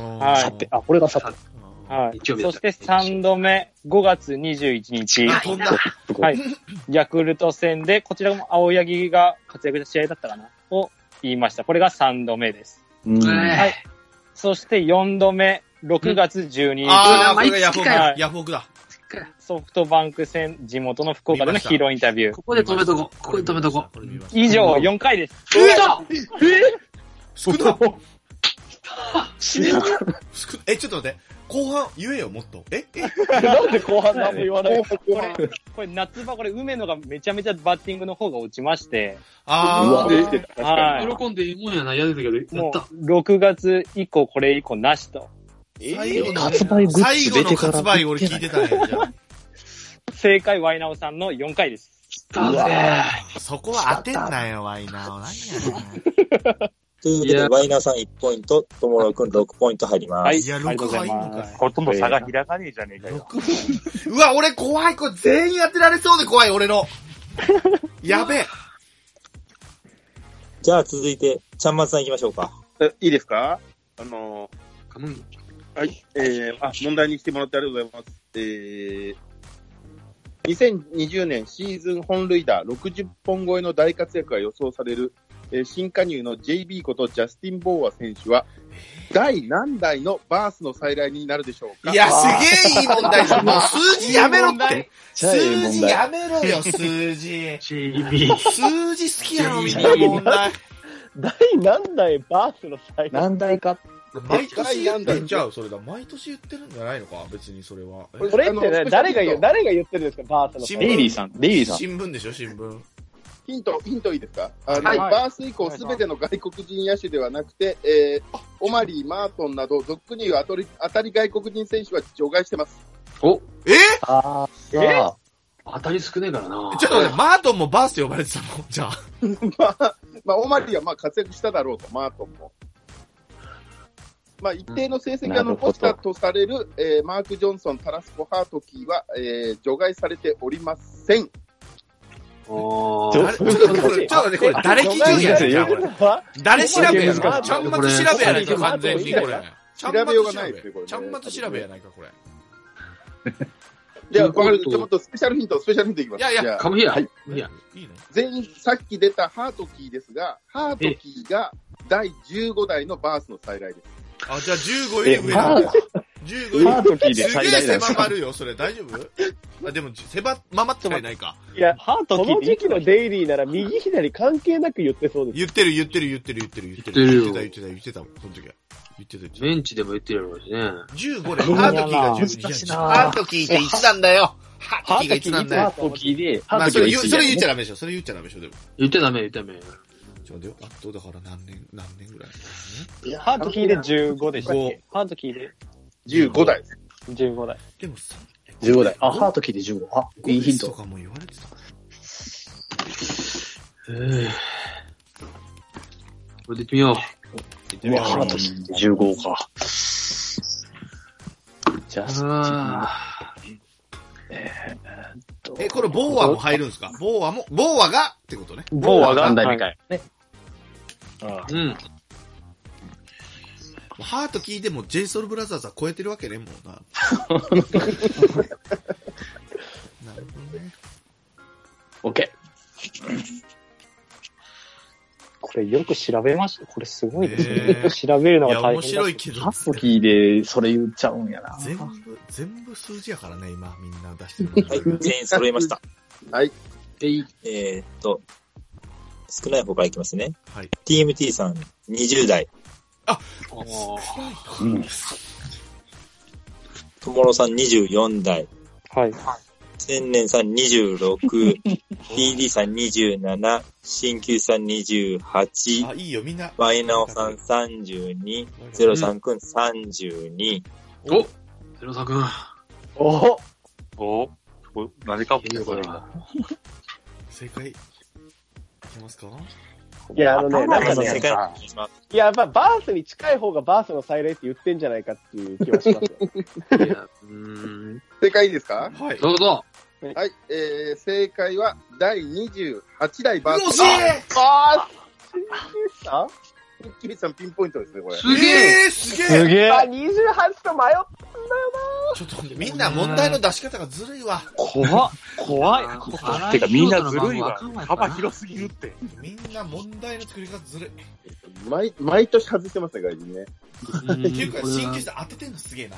Speaker 3: は
Speaker 9: はい
Speaker 1: あ、これがさ
Speaker 5: さ
Speaker 9: は
Speaker 5: 日曜
Speaker 9: い。
Speaker 5: 日だ
Speaker 9: そ
Speaker 5: った
Speaker 9: して3度目、5月21日、
Speaker 3: あ、飛んだ。
Speaker 9: はい。ヤクルト戦で、こちらも青柳が活躍した試合だったかな、を言いました。これが3度目です。
Speaker 8: うん
Speaker 5: ね
Speaker 9: はい。そして4度目、6月12日、
Speaker 3: ああ、こ
Speaker 5: 毎
Speaker 3: れ
Speaker 5: 月
Speaker 3: がヤフオク
Speaker 9: か
Speaker 3: だヤ
Speaker 9: よ。
Speaker 3: フオクだ。
Speaker 9: ソフトバンク戦、地元の福岡でのヒーローインタビュー。
Speaker 5: ここで止めとこ。ここで止めとこ。
Speaker 3: れ見ました。
Speaker 9: 以上、4回です。
Speaker 5: 来た
Speaker 3: 少な少なえ、ちょっと待って。後半言えよ、もっと。ええ
Speaker 6: なんで後半何も言わない
Speaker 9: これ、これ夏場、これ梅野がめちゃめちゃバッティングの方が落ちまして、
Speaker 8: う
Speaker 3: あ
Speaker 8: わ出て
Speaker 3: ー。
Speaker 8: た確か
Speaker 9: はい。
Speaker 5: 喜んでいいもんやな、嫌ですけど、や
Speaker 9: も
Speaker 5: った。
Speaker 9: う、6月以降、これ以降なしと。
Speaker 3: 最後のね
Speaker 1: 発売グッ
Speaker 3: 最
Speaker 1: ズ
Speaker 3: 後
Speaker 1: 出
Speaker 3: の
Speaker 1: てから。
Speaker 3: 発売俺聞いてたね。じゃ
Speaker 9: 正解、ワイナオさんの4回です。
Speaker 5: だぜ。
Speaker 3: あそこは当てんなよ、ワイナー。何やね
Speaker 2: というわ
Speaker 5: い
Speaker 2: けで、
Speaker 5: や
Speaker 2: ワイナーさん1ポイント、ともろくん6ポイント入りま
Speaker 9: は
Speaker 2: す。
Speaker 9: い。
Speaker 3: いや
Speaker 9: ありがとうございます。
Speaker 4: ほとんど差が開かねえじゃねえかよ。
Speaker 3: んうわ、俺怖い。これ全員当てられそうで怖い、俺の。やべえ。
Speaker 2: じゃあ続いて、ちゃんまつさん行きましょうか。
Speaker 8: えいいですかあの
Speaker 5: 頼む
Speaker 8: ー、はい、えー、あ、問題にしてもらってありがとうございます。えー、2020年シーズン本塁打60本超えの大活躍が予想される、えー新加入の JB ことジャスティン・ボーア選手は、第何代のバースの再来になるでしょうか
Speaker 3: いや、すげえいい問題じゃん。もう数字やめろって。
Speaker 1: じゃあいい
Speaker 3: 数
Speaker 1: 問
Speaker 3: 字
Speaker 1: 題
Speaker 3: やめろよ、数字。
Speaker 5: JB。
Speaker 3: 数字好きやろ、みんな問題。
Speaker 6: 第何代バースの最後
Speaker 1: 何台か。
Speaker 3: 毎年言ってんじゃう、それだ。毎年言ってるんじゃないのか、別にそれは。え
Speaker 6: これってね、誰が言う、誰が言ってるんですか、バースの
Speaker 3: 新
Speaker 6: 最
Speaker 3: 聞
Speaker 6: 後
Speaker 1: デイリーさん、デイリーさん。
Speaker 3: 新聞でしょ、新聞。
Speaker 8: ヒント、ヒントいいですかあの、
Speaker 5: はい
Speaker 8: バース以降、すべての外国人野手ではなくて、えー、オマリー、マートンなど、俗に言う当たり当たり外国人選手は除外してます。
Speaker 5: お、
Speaker 3: え
Speaker 1: あーさ
Speaker 5: 当たり少ねえからな。
Speaker 3: ちょっと待って、マートンもバースと呼ばれてたのじゃあ。
Speaker 8: まあ、まあ、オマリーはまあ活躍しただろうと、マートンも。まあ、一定の成績が残したとされる、えーマーク・ジョンソン、タラスコ・ハートキーは、えー除外されておりません。
Speaker 5: お
Speaker 3: あ
Speaker 5: ー
Speaker 3: れちょっと待って、これ、ちょっと待って、これ、誰基準やねん、じゃあ、これ。
Speaker 6: は
Speaker 3: 誰調べやな。
Speaker 6: 難しい
Speaker 3: ちゃんまつ調べやないか、完全に、これ。ちゃんま
Speaker 8: 調べようがない
Speaker 3: つ
Speaker 8: ですよこれね
Speaker 3: ちゃんまつ調べやないか、これ。
Speaker 8: じゃあ、
Speaker 5: と
Speaker 8: わ
Speaker 5: い
Speaker 8: か
Speaker 5: う
Speaker 8: る。
Speaker 5: こと
Speaker 8: ちょっとスペシャルヒント、スペシャルヒントいきます。
Speaker 3: いやいや
Speaker 8: じゃあ
Speaker 5: カムヒア。
Speaker 8: はい
Speaker 5: いや、
Speaker 3: いいの
Speaker 8: 全員、さっき出たハートキーですが、ハートキーが第15代のバースの再来です。
Speaker 3: あ、じゃあ、15より上だ。15
Speaker 1: パ
Speaker 3: よ
Speaker 1: ートキー
Speaker 3: り。
Speaker 1: です最
Speaker 3: げえ
Speaker 1: 大なんです
Speaker 3: 狭まるよ、それ。大丈夫あ、でも、狭まってはいないか。
Speaker 6: いや、
Speaker 9: ハート
Speaker 6: こ
Speaker 9: キー
Speaker 6: の
Speaker 9: でい
Speaker 6: 時期
Speaker 9: い
Speaker 6: のデイリーなら右左関係なく言ってそうです。
Speaker 3: 言ってる、言ってる、言ってる、言ってる、言って
Speaker 5: 言
Speaker 3: る。
Speaker 5: ってるよ
Speaker 3: 言ってた、言ってた、言ってたもん、その時は。言ってた、言ってた
Speaker 5: ベンチでも言ってるやろうしね。
Speaker 3: 15で、ハートキーが12じゃん。ハートキーって1なんだよ。ハー
Speaker 1: ハー
Speaker 3: トキーが
Speaker 1: トキ
Speaker 3: 1な
Speaker 1: ー
Speaker 3: ん
Speaker 1: で、
Speaker 3: だ
Speaker 1: ハー
Speaker 3: よ。
Speaker 1: トキーで、ハ
Speaker 3: ま
Speaker 1: ー
Speaker 3: あ、
Speaker 1: ト
Speaker 3: そ
Speaker 1: キーが
Speaker 3: れ言う、
Speaker 1: 一
Speaker 3: そ
Speaker 1: 位
Speaker 3: れ言っちゃ
Speaker 1: だよね
Speaker 3: ダメでしょ、それ言っちゃダメでしょ、でも。
Speaker 5: 言ってダメ、言ってダメ。
Speaker 3: ちょ、で、あとだから何年、何年ぐらい
Speaker 9: ハートキーで15でしたっけ
Speaker 3: こ
Speaker 9: ハートキーで
Speaker 8: 15代です。
Speaker 9: 15台。
Speaker 3: でもさ、
Speaker 1: 15台。あ、ハートキーで15。あ、いいヒン
Speaker 3: と
Speaker 1: ト。
Speaker 3: かも言われてた。
Speaker 5: えーこれで行ってみよ
Speaker 1: うわ、ハートキーで15か。じゃ
Speaker 5: う。
Speaker 1: あ、
Speaker 5: あ
Speaker 3: え、これ、ボーアも入るんですかボーアも、ボーアがってことね。
Speaker 9: ボーアが
Speaker 1: 何台目かよ。ね。
Speaker 5: うん。
Speaker 3: ハート聞いても、ジェイソウルブラザーズは超えてるわけね、もうな。なるほどね。
Speaker 1: オッケ
Speaker 9: これよく調べました。これすごいです
Speaker 3: ね
Speaker 9: ね。よく調べるの
Speaker 3: い
Speaker 9: が
Speaker 3: や、面
Speaker 9: 大変だ
Speaker 3: 白いけ
Speaker 1: ー。
Speaker 3: ど
Speaker 1: ハ、スキーでそれ言っちゃうんやな。
Speaker 3: 全部、全部数字やからね、今、みんな出してるのが。
Speaker 2: 全員揃いました。
Speaker 8: はい。
Speaker 5: えい。
Speaker 2: えーっと、少ない方からいきますね。
Speaker 3: はい。
Speaker 2: TMT さん、20代。
Speaker 1: うん。
Speaker 2: ともろさん、24代。
Speaker 9: はい。
Speaker 2: 千年さん、26。TD さん、27。新旧さん、28
Speaker 3: あ、。いいよ、みんな。
Speaker 2: ワイナオさん、32。ゼロさんくん、32。
Speaker 5: おゼロサ君。
Speaker 6: お
Speaker 4: おおなぜか
Speaker 5: いいのかな
Speaker 3: 正解、いきますか
Speaker 6: いや、あのね、なんか
Speaker 2: まず
Speaker 6: ね
Speaker 2: 世、界の話します。
Speaker 6: いや、やっぱバースに近い方がバースの再来って言ってんじゃないかっていう気はしますよ。
Speaker 5: いや、うーん。
Speaker 8: 正解いいですか
Speaker 3: はい。
Speaker 5: どうぞ。
Speaker 8: はい。えー、正解は、第28代バー
Speaker 3: 惜
Speaker 8: ス
Speaker 3: しい
Speaker 6: あ
Speaker 8: さんキリさんピンポイントですね、これ。
Speaker 5: すげえ
Speaker 3: えー、すげえ
Speaker 1: すげ
Speaker 6: ー、あ、
Speaker 1: え
Speaker 6: 28と迷っ
Speaker 3: ちょっと待って、みんな問題の出し方がずるいわ。
Speaker 4: 怖っ怖い怖いてかみんなずるいわ
Speaker 5: 荒井と。
Speaker 4: 幅広すぎるって。
Speaker 3: みんな問題の作り方ずるい。
Speaker 8: 毎、毎年外してますね、外人ね。
Speaker 5: う
Speaker 3: っ
Speaker 5: ん
Speaker 3: ていうか、
Speaker 5: これは
Speaker 3: 新旧さん当ててんのすげえな。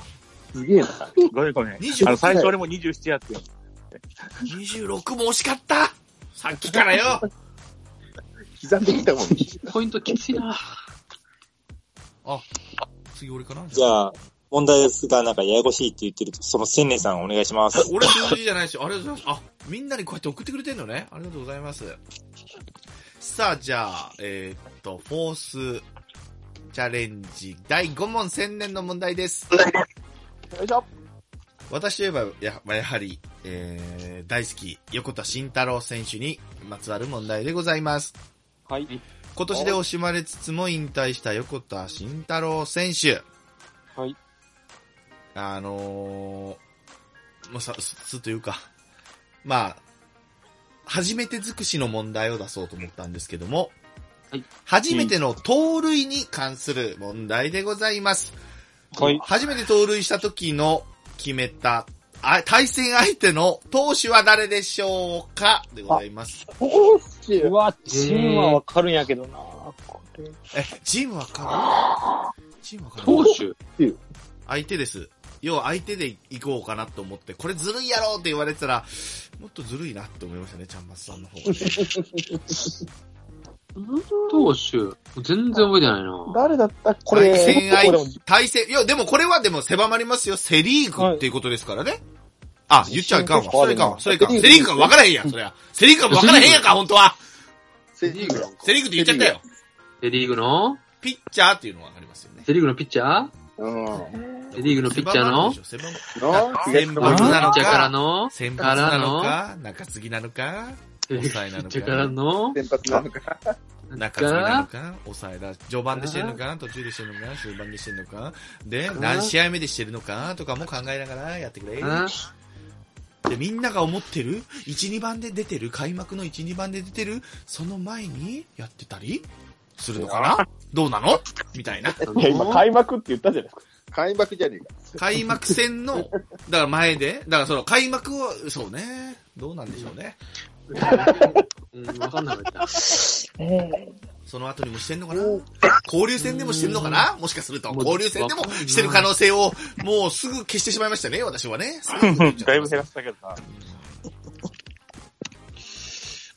Speaker 8: すげえな。
Speaker 4: どれかね。あの、
Speaker 3: 26
Speaker 4: 最初俺も27やってよ。
Speaker 3: 26も惜しかったさっきからよ
Speaker 8: 刻ん できたもん。
Speaker 5: ポイントきついな。
Speaker 3: 次俺かな
Speaker 2: じゃあ、問題ですが、なんかややこしいって言ってると、その千年さんお願いします。
Speaker 3: 俺数字じゃないし、ありがとうございます。あ、みんなにこうやって送ってくれてんのね。ありがとうございます。さあ、じゃあ、えーっと、フォースチャレンジ第5問千年の問題です。
Speaker 6: た。よいしょ。
Speaker 3: 私といえば、や、まあやはり、えー、大好き、横田慎太郎選手にまつわる問題でございます。
Speaker 9: はい。
Speaker 3: 今年で惜しまれつつも引退した横田慎太郎選手。
Speaker 9: はい。
Speaker 3: あのー、もうさ、すすというか、まあ、初めて尽くしの問題を出そうと思ったんですけども、
Speaker 5: はい
Speaker 3: 初めての盗塁に関する問題でございます。
Speaker 9: はい。
Speaker 3: 初めて盗塁した時の決めた、あ対戦相手の投手は誰でしょうかでございます。
Speaker 9: うわ、チームはわかるんやけどな。これ
Speaker 3: え、チームわかるチームわかる
Speaker 5: 投手。
Speaker 3: 相手です。要は相手で行こうかなと思って、これずるいやろって言われてたら、もっとずるいなって思いましたね、ちゃんまつさんの方が、ね。
Speaker 5: 投手。全然覚えてないな。
Speaker 6: 誰だったこ
Speaker 3: 対
Speaker 6: れ、
Speaker 3: 戦相手、対戦、いや、でもこれはでも狭まりますよ。セリーグっていうことですからね。あ、言っちゃいかんわ。それいかんわ。それいかんわ。セリーグが分からへんやん、そりゃ。セリーグが分からへんやんか、本当は。
Speaker 8: セ
Speaker 5: リーグなん
Speaker 3: セリーグって言っちゃったよ。
Speaker 5: セリーグの
Speaker 3: ピッチャーっていうのは分かりますよね。
Speaker 5: セリーグのピッチャー
Speaker 8: うん。
Speaker 5: セリーグのピッチャーの
Speaker 3: 狭まるでしょ
Speaker 8: な
Speaker 3: 狭まる先発
Speaker 5: あ
Speaker 3: なの
Speaker 5: ピッチャーから
Speaker 3: か、
Speaker 5: の
Speaker 3: 先発なのか、中継ぎなのか、
Speaker 5: ピッ
Speaker 3: 抑えなの
Speaker 5: チャーから
Speaker 3: か。
Speaker 5: の
Speaker 8: 先発なのか。
Speaker 3: 中継ぎなのか、抑えだ、序盤でしてるのか、途中でしてるのか、終盤でしてるのか、で、
Speaker 5: ん
Speaker 3: 何試合目でしてるのか、とかも考えながらやってくれ。
Speaker 5: あ
Speaker 3: で、みんなが思ってる、1、2番で出てる、開幕の1、2番で出てる、その前にやってたりするのかなどうなのみたいな。
Speaker 6: いや、今開幕って言ったじゃないですか。
Speaker 8: 開幕じゃねえか。
Speaker 3: 開幕戦の、だから前で、だからその開幕を、そうね、どうなんでしょうね。
Speaker 5: うん、わかんなかった。
Speaker 3: その後にもしてんのかな交流戦でもしてんのかなもしかすると。
Speaker 5: もう
Speaker 3: 交流戦でもしてる可能性を、もうすぐ消してしまいましたね、私はね。
Speaker 4: だいぶ減らしたけどな。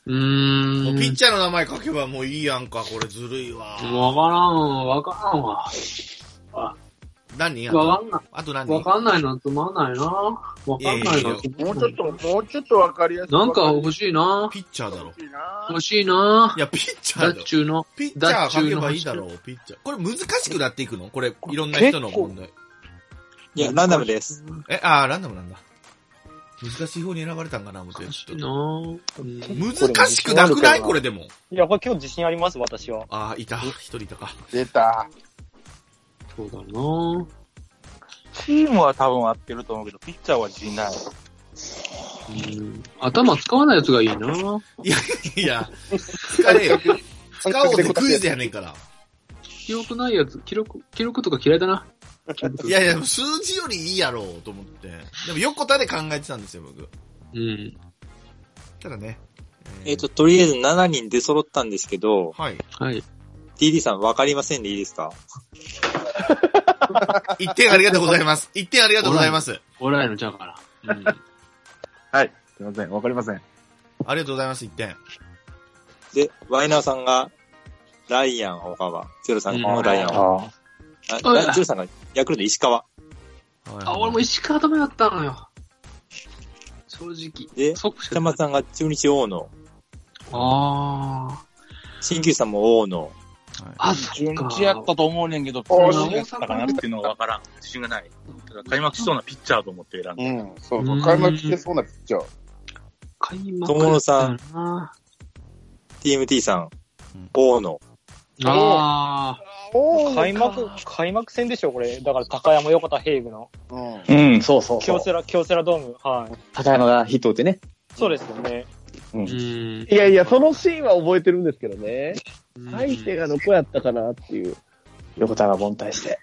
Speaker 5: う
Speaker 3: もうピッ
Speaker 5: ー
Speaker 3: チャーの名前書けばもういいやんか、これずるいわ。
Speaker 5: ん。わからん、わからんわ。
Speaker 3: 何あと
Speaker 5: わかんな
Speaker 3: あと何
Speaker 5: い。わかんないのつまんないな。わかんないのつまんない。
Speaker 8: と、もうちょっとわかりや
Speaker 5: なんか欲しいな。
Speaker 3: ピッチャーだろ。
Speaker 5: 欲しいな。
Speaker 3: いや、ピッチャー
Speaker 5: だっ
Speaker 3: だろ。
Speaker 5: ちゅうの。
Speaker 3: ピッチャー書けばいいだろう、ピッチャー。これ難しくなっていくのこれ、いろんな人の問題。
Speaker 2: いや、ランダムです。
Speaker 3: え、あー、ランダムなんだ。難しい方に選ばれたんかな、思って。
Speaker 5: 欲しい
Speaker 3: ち
Speaker 5: な。
Speaker 3: ょっ
Speaker 5: うん
Speaker 3: と難しくなくないこれでも。
Speaker 9: いや、これ今日自信あります、私は。
Speaker 3: あー、いた。一人いたか。
Speaker 8: 出た。
Speaker 5: そうだな。
Speaker 4: チームは多分合ってると思うけど、ピッチャーは自信ない。
Speaker 5: うん頭使わないやつがいいな。
Speaker 3: いや、疲れよ。使おうってクイズやねんから。
Speaker 5: 記憶ないやつ、記録、記録とか嫌いだな。
Speaker 3: いやいや、数字よりいいやろうと思って。でも横田で考えてたんですよ、僕。
Speaker 5: うん。
Speaker 3: ただね。
Speaker 2: えっ、と、とりあえず7人出揃ったんですけど、
Speaker 3: はい。
Speaker 5: はい。
Speaker 2: DD さん分かりませんでいいですか
Speaker 3: 一点ありがとうございます。一点ありがとうございます。
Speaker 5: 俺らのじゃから。 うん。
Speaker 1: すいません、わかりません。
Speaker 3: ありがとうございます、一点。
Speaker 2: で、ワイナーさんが、ライアン他は、ゼロさんのライアンは、
Speaker 1: あ
Speaker 2: あラゼロさんがヤクルト石川。
Speaker 5: あ、俺も石川ダメだったのよ。正直。
Speaker 2: で、
Speaker 5: そこしか
Speaker 2: 北松さんが中日大野、
Speaker 5: あ
Speaker 2: 新旧さんも大野、
Speaker 5: あ。あ、そ
Speaker 4: 順
Speaker 5: っか。
Speaker 4: 地やったと思うねんけど、どうやったかなっていうのがわからん。自信がない。だから開幕しそうなピッチャーと思って選んで。
Speaker 8: うん、そう
Speaker 5: う
Speaker 8: そ
Speaker 5: ん
Speaker 8: う。開幕してそうなピッチャー。
Speaker 5: 開幕
Speaker 2: 友野さん
Speaker 5: だったな
Speaker 2: TMT さん
Speaker 3: うん、
Speaker 2: 大野。
Speaker 5: ああ。
Speaker 9: 開幕、開幕戦でしょ、これ。だから高山横田ヘイブの。
Speaker 8: うん。
Speaker 1: うん、そうそうそ
Speaker 9: 京
Speaker 1: う。
Speaker 9: セラ、京セラドーム。はい。
Speaker 1: 高山がヒット打ってね。
Speaker 9: そうですよね。
Speaker 1: うん
Speaker 5: う。ん。
Speaker 6: いやいや、そのシーンは覚えてるんですけどね。相手
Speaker 5: が。
Speaker 6: がどこやったかなっていう。
Speaker 1: 横田が凡退して、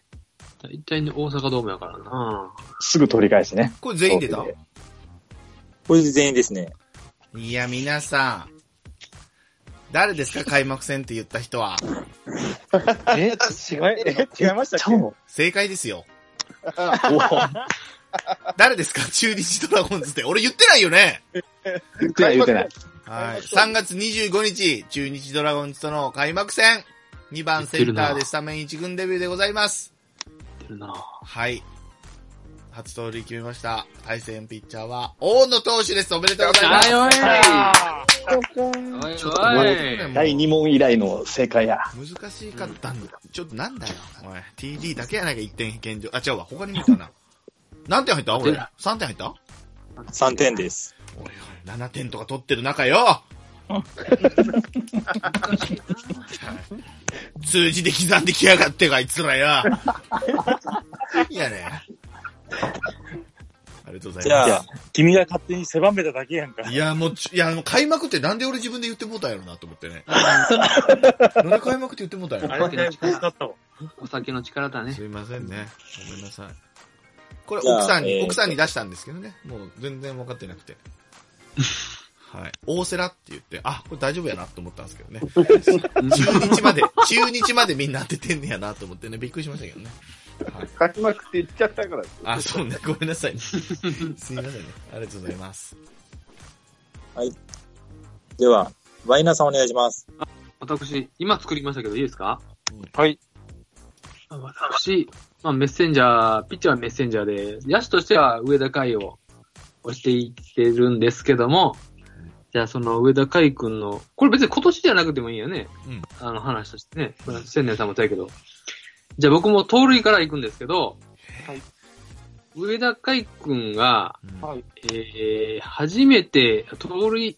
Speaker 5: 大体ね、大阪ドームやからな。
Speaker 1: すぐ取り返してね。
Speaker 3: これ全員出た
Speaker 2: これで全員ですね。
Speaker 3: いや、皆さん。誰ですか、開幕戦って言った人は。
Speaker 9: え、違い、え、違いましたっ
Speaker 1: ちゃうの
Speaker 3: 正解ですよ。 誰ですか中日ドラゴンズって。俺言ってないよね。
Speaker 1: 言ってない言ってない。
Speaker 3: はい。3月25日、中日ドラゴンズとの開幕戦。2番センターでスタメン1軍デビューでございます。
Speaker 5: 出てるな。
Speaker 3: はい。初盗塁決めました。対戦ピッチャーは、大野投手です。おめでとうございます。
Speaker 5: おいおい
Speaker 1: ちょっとごめ
Speaker 3: ねもう
Speaker 1: 第2問以来の正解や。
Speaker 3: 難しかったんだ。ちょっとなんだよ。おい、TD だけやないか、1点現状。あ、違うわ。他に見たな。 何点入った俺。3点入った
Speaker 2: 3点です。
Speaker 3: おいおい、7点とか取ってる中 よ。数字で刻んできやがってか、あいつらよ。いやね。ありがとうござい
Speaker 2: じゃ
Speaker 3: ま
Speaker 2: あ、
Speaker 4: 君が勝手に狭めただけやんか
Speaker 3: す。。いや、もうち、いや、あの開幕ってなんで俺自分で言ってもうたんやろなと思っ てね。なんで開幕って言ってもうたんやろ
Speaker 4: あれだいぶ助かったわ。
Speaker 5: お酒の力だね。
Speaker 3: すいませんね。ごめんなさい。これ
Speaker 2: じゃあ
Speaker 3: 奥さんに、
Speaker 2: えー
Speaker 3: 奥さんに出したんですけどね。もう全然分かってなく て。はい。大瀬良って言って、あ、これ大丈夫やなと思ったんですけどね。 中日まで、中日までみんな当ててんねやなと思ってね、びっくりしましたけどね。はい、
Speaker 8: 開幕って言っちゃったから。
Speaker 3: あ、そうね。ごめんな さいね。すいませんね。ありがとうございます。
Speaker 2: では、ワイナーさんお願いします。
Speaker 5: 私、今作りましたけど、いいですか
Speaker 4: はい。
Speaker 5: 私、まあ、メッセンジャー、ピッチャーはメッセンジャーで、野手としては上田海を押していってるんですけども、じゃあその上田海君の、これ別に今年じゃなくてもいいよね。
Speaker 3: うん
Speaker 5: あの話としてね。まあ千年さんもそうやけど。じゃあ僕も盗塁から行くんですけど、
Speaker 4: はい
Speaker 5: 上田海君が、
Speaker 3: うん
Speaker 4: はい
Speaker 5: えー、初めて盗塁、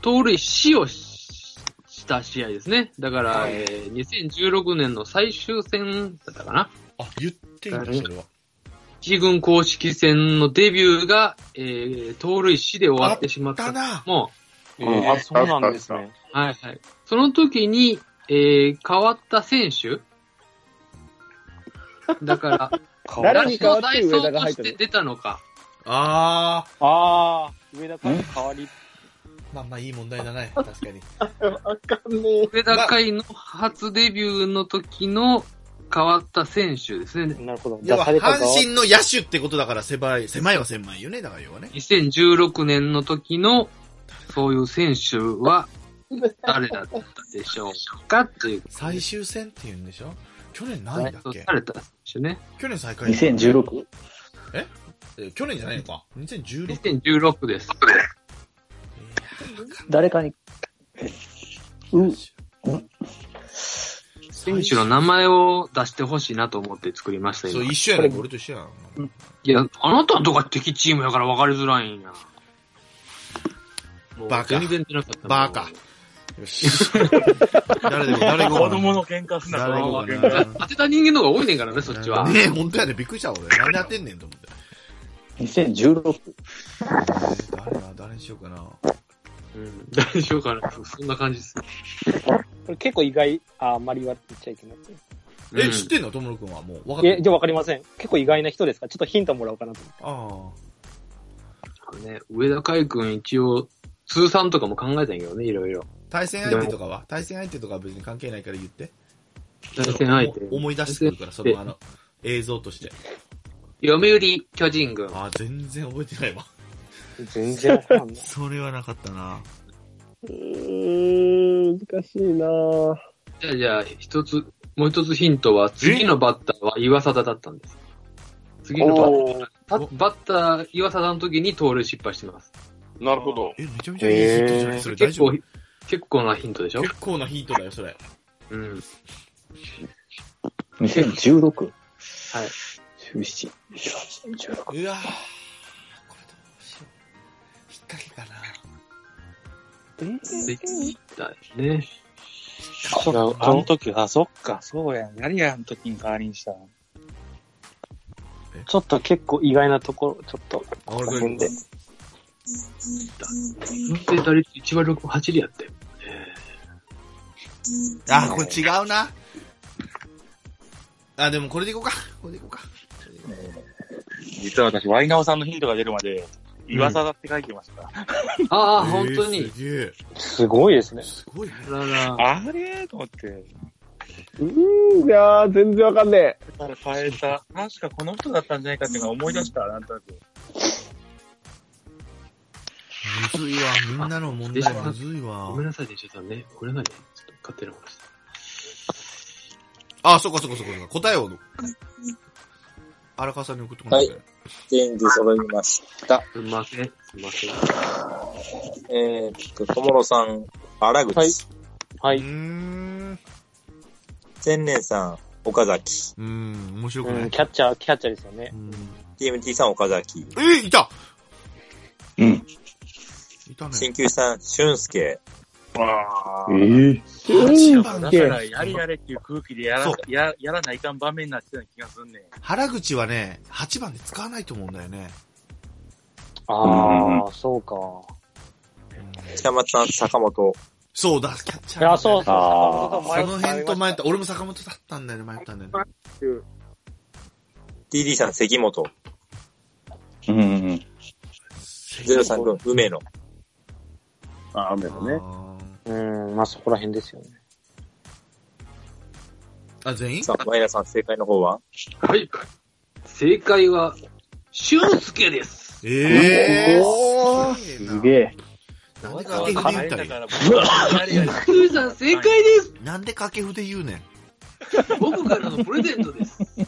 Speaker 5: 盗塁死をしした試合ですね。だから、えー2016年の最終戦だったかな。
Speaker 3: あ、言っていいんだ、それは。
Speaker 5: 一軍公式戦のデビューが、えー、盗塁死で終わってしまった
Speaker 3: だな
Speaker 5: のも、
Speaker 8: ん
Speaker 9: あ、そうなんですね。
Speaker 5: はいはい。その時に、えー、変わった選手だから、
Speaker 6: 誰に代わって上田が
Speaker 5: と
Speaker 6: 入っ
Speaker 5: したて
Speaker 6: の
Speaker 5: 出たのか。
Speaker 3: あ
Speaker 9: ああ、上田君代わり。
Speaker 3: ー。まあまあいい問題だね。確かに。
Speaker 5: 上田海の初デビューの時の変わった選手ですね。
Speaker 9: なるほど。
Speaker 3: 要は、
Speaker 9: 出され
Speaker 3: 阪
Speaker 9: た側
Speaker 3: 神の野手ってことだから狭い、狭いは狭いよね。だから要はね。
Speaker 5: 2016年の時の、そういう選手は、誰だったでしょうかという。
Speaker 3: 最終戦って言うんでしょ去年ないんだっけ
Speaker 5: 誰だった選手ね。
Speaker 3: 去年最下位。
Speaker 1: 2016?
Speaker 3: えー去年じゃないのか ?2016? い
Speaker 5: 2016です。
Speaker 1: 誰かに、
Speaker 3: や
Speaker 1: う、
Speaker 5: 選手の名前を出してほしいなと思って作りました、
Speaker 3: そう、
Speaker 5: 今。
Speaker 3: 一緒やねん。俺と一緒やん。
Speaker 5: いや、あなたのとこは敵チームやから分かりづらいんや。もう
Speaker 3: バカ
Speaker 5: 全然出なかった。
Speaker 3: バカ。よし。誰でも、誰で も。
Speaker 4: 子供の喧嘩すな、
Speaker 3: 誰
Speaker 4: 子
Speaker 3: で
Speaker 4: 供
Speaker 3: も
Speaker 4: の喧
Speaker 5: もう。
Speaker 4: 嘩。
Speaker 5: 当てた人間の方が多いねんからね、そっちは。
Speaker 3: ねえ、本当やね。びっくりした俺。なんで当てんねんと思って。
Speaker 1: 2016?
Speaker 3: 誰な、誰にしようかな。
Speaker 5: うん。大丈夫かなそんな感じです。
Speaker 9: これ結構意外、ああんまり言わ言っちゃいけない。
Speaker 3: え、
Speaker 5: うん
Speaker 3: 知ってんのともろくんはもう。わかって
Speaker 9: え、
Speaker 3: る。
Speaker 9: じゃあわかりません。結構意外な人ですかちょっとヒントもらおうかなと思って。
Speaker 3: あ
Speaker 5: ね、上田海君一応、通算とかも考えたんやけどね、いろいろ。
Speaker 3: あ。対戦相手とかは対戦相手とかは別に関係ないから言って。
Speaker 5: 対戦相手
Speaker 3: お思い出してくるから、そのあの、映像として。
Speaker 5: 読売巨人軍。
Speaker 3: ああ、全然覚えてないわ。
Speaker 9: 全然わかんな い。
Speaker 3: それはなかったな。
Speaker 6: うーん、難しいなぁ。
Speaker 5: じゃあ、じゃあ、一つ、もう一つヒントは、次のバッターは岩貞だったんです。次のバッター
Speaker 3: お
Speaker 5: バ、バッター、岩貞の時に盗塁失敗してます。
Speaker 8: なるほど。
Speaker 3: え、めちゃめちゃいいヒントじゃないそれ大
Speaker 5: 結
Speaker 3: 丈
Speaker 5: 構
Speaker 3: 夫、
Speaker 5: 結構なヒントでしょ
Speaker 3: 結構なヒントだよ、それ。
Speaker 5: うん。
Speaker 1: 2016?
Speaker 5: はい。
Speaker 1: 17、16。
Speaker 3: うわぁ。これどうしよう。引っ掛けかな。
Speaker 5: ツイッターね。
Speaker 4: これ、あの時、あ、そっか、そうやん。やりやん時に代わりにした。
Speaker 9: ちょっと結構意外なところ、ちょっと、
Speaker 3: あ、俺こ
Speaker 9: この
Speaker 3: れ
Speaker 9: 辺で。
Speaker 5: 本当に打率1割6分8厘やったよ。
Speaker 3: あ、これ違うな。あ、でもこれでいこうか。これでいこうか。
Speaker 4: 実は私、ワイナオさんのヒントが出るまで、岩沢って書いてました。
Speaker 5: ああ、
Speaker 3: えー
Speaker 5: 本当に。
Speaker 3: すげえ。
Speaker 9: すごいですね。
Speaker 3: すごいね。
Speaker 5: あらら
Speaker 4: あれと思って。
Speaker 6: うーん、いやー、全然わかんね
Speaker 4: だから変えた。確かこの人だったんじゃないかっていうのが思い出した、なんとなく。
Speaker 3: むずいわ。みんなの問題むずいわ
Speaker 5: ごめ。んなさいね、ちょっとね。ごめんなさいね。ちょっと勝手なことして。
Speaker 3: あ、そこそこそこそこ。答えを。荒川さんに送ってもらって。
Speaker 2: 全部揃いました。
Speaker 5: すんません。すんません。
Speaker 2: えー、っと、ともろさん、荒口。
Speaker 9: はいは
Speaker 3: うー
Speaker 9: い。
Speaker 3: ん。
Speaker 2: 千年さん、岡崎。
Speaker 3: うーん、面白くな
Speaker 9: うん、
Speaker 3: い。
Speaker 9: キャッチャー、キャッチャーですよね。
Speaker 3: うん
Speaker 2: TMT さん、岡崎。
Speaker 3: えー、いた
Speaker 1: うん。
Speaker 3: いたね。
Speaker 2: 新旧さん、俊介。
Speaker 4: わ
Speaker 1: えぇ、
Speaker 4: 8
Speaker 3: 番
Speaker 4: だ
Speaker 3: ゲー
Speaker 4: から、やりやれっていう空気でや
Speaker 3: そう
Speaker 4: らややらないかん場面になってたような気がすんねん。
Speaker 3: 原口はね、8番で使わないと思うんだよね。
Speaker 1: うん
Speaker 9: ああ、そうか。
Speaker 2: 北松さん、坂本。
Speaker 3: そうだ、キャッチャー、
Speaker 9: いや、そうそう。
Speaker 1: あー
Speaker 9: そう
Speaker 3: その辺と迷っ。
Speaker 9: 迷
Speaker 3: た。俺も坂本だったんだよね、迷ったんだよね。
Speaker 2: DD さん、関本。
Speaker 1: うんうん。
Speaker 2: ゼロさん君、梅野。
Speaker 8: あ、雨のね。
Speaker 3: あー
Speaker 9: たうん、まあそこら辺ですよね。
Speaker 3: あ、全員
Speaker 2: さん、ワイナさん、正解の方は
Speaker 5: はい。正解は、俊介です。
Speaker 3: え
Speaker 1: お
Speaker 3: ー
Speaker 1: ー
Speaker 3: す
Speaker 1: す
Speaker 3: え
Speaker 1: げえ。
Speaker 3: な。なんで掛布で言ったんや。
Speaker 5: クーさん正解です。
Speaker 3: なんで掛布で言うねん。
Speaker 5: 僕からのプレゼントです。
Speaker 6: え。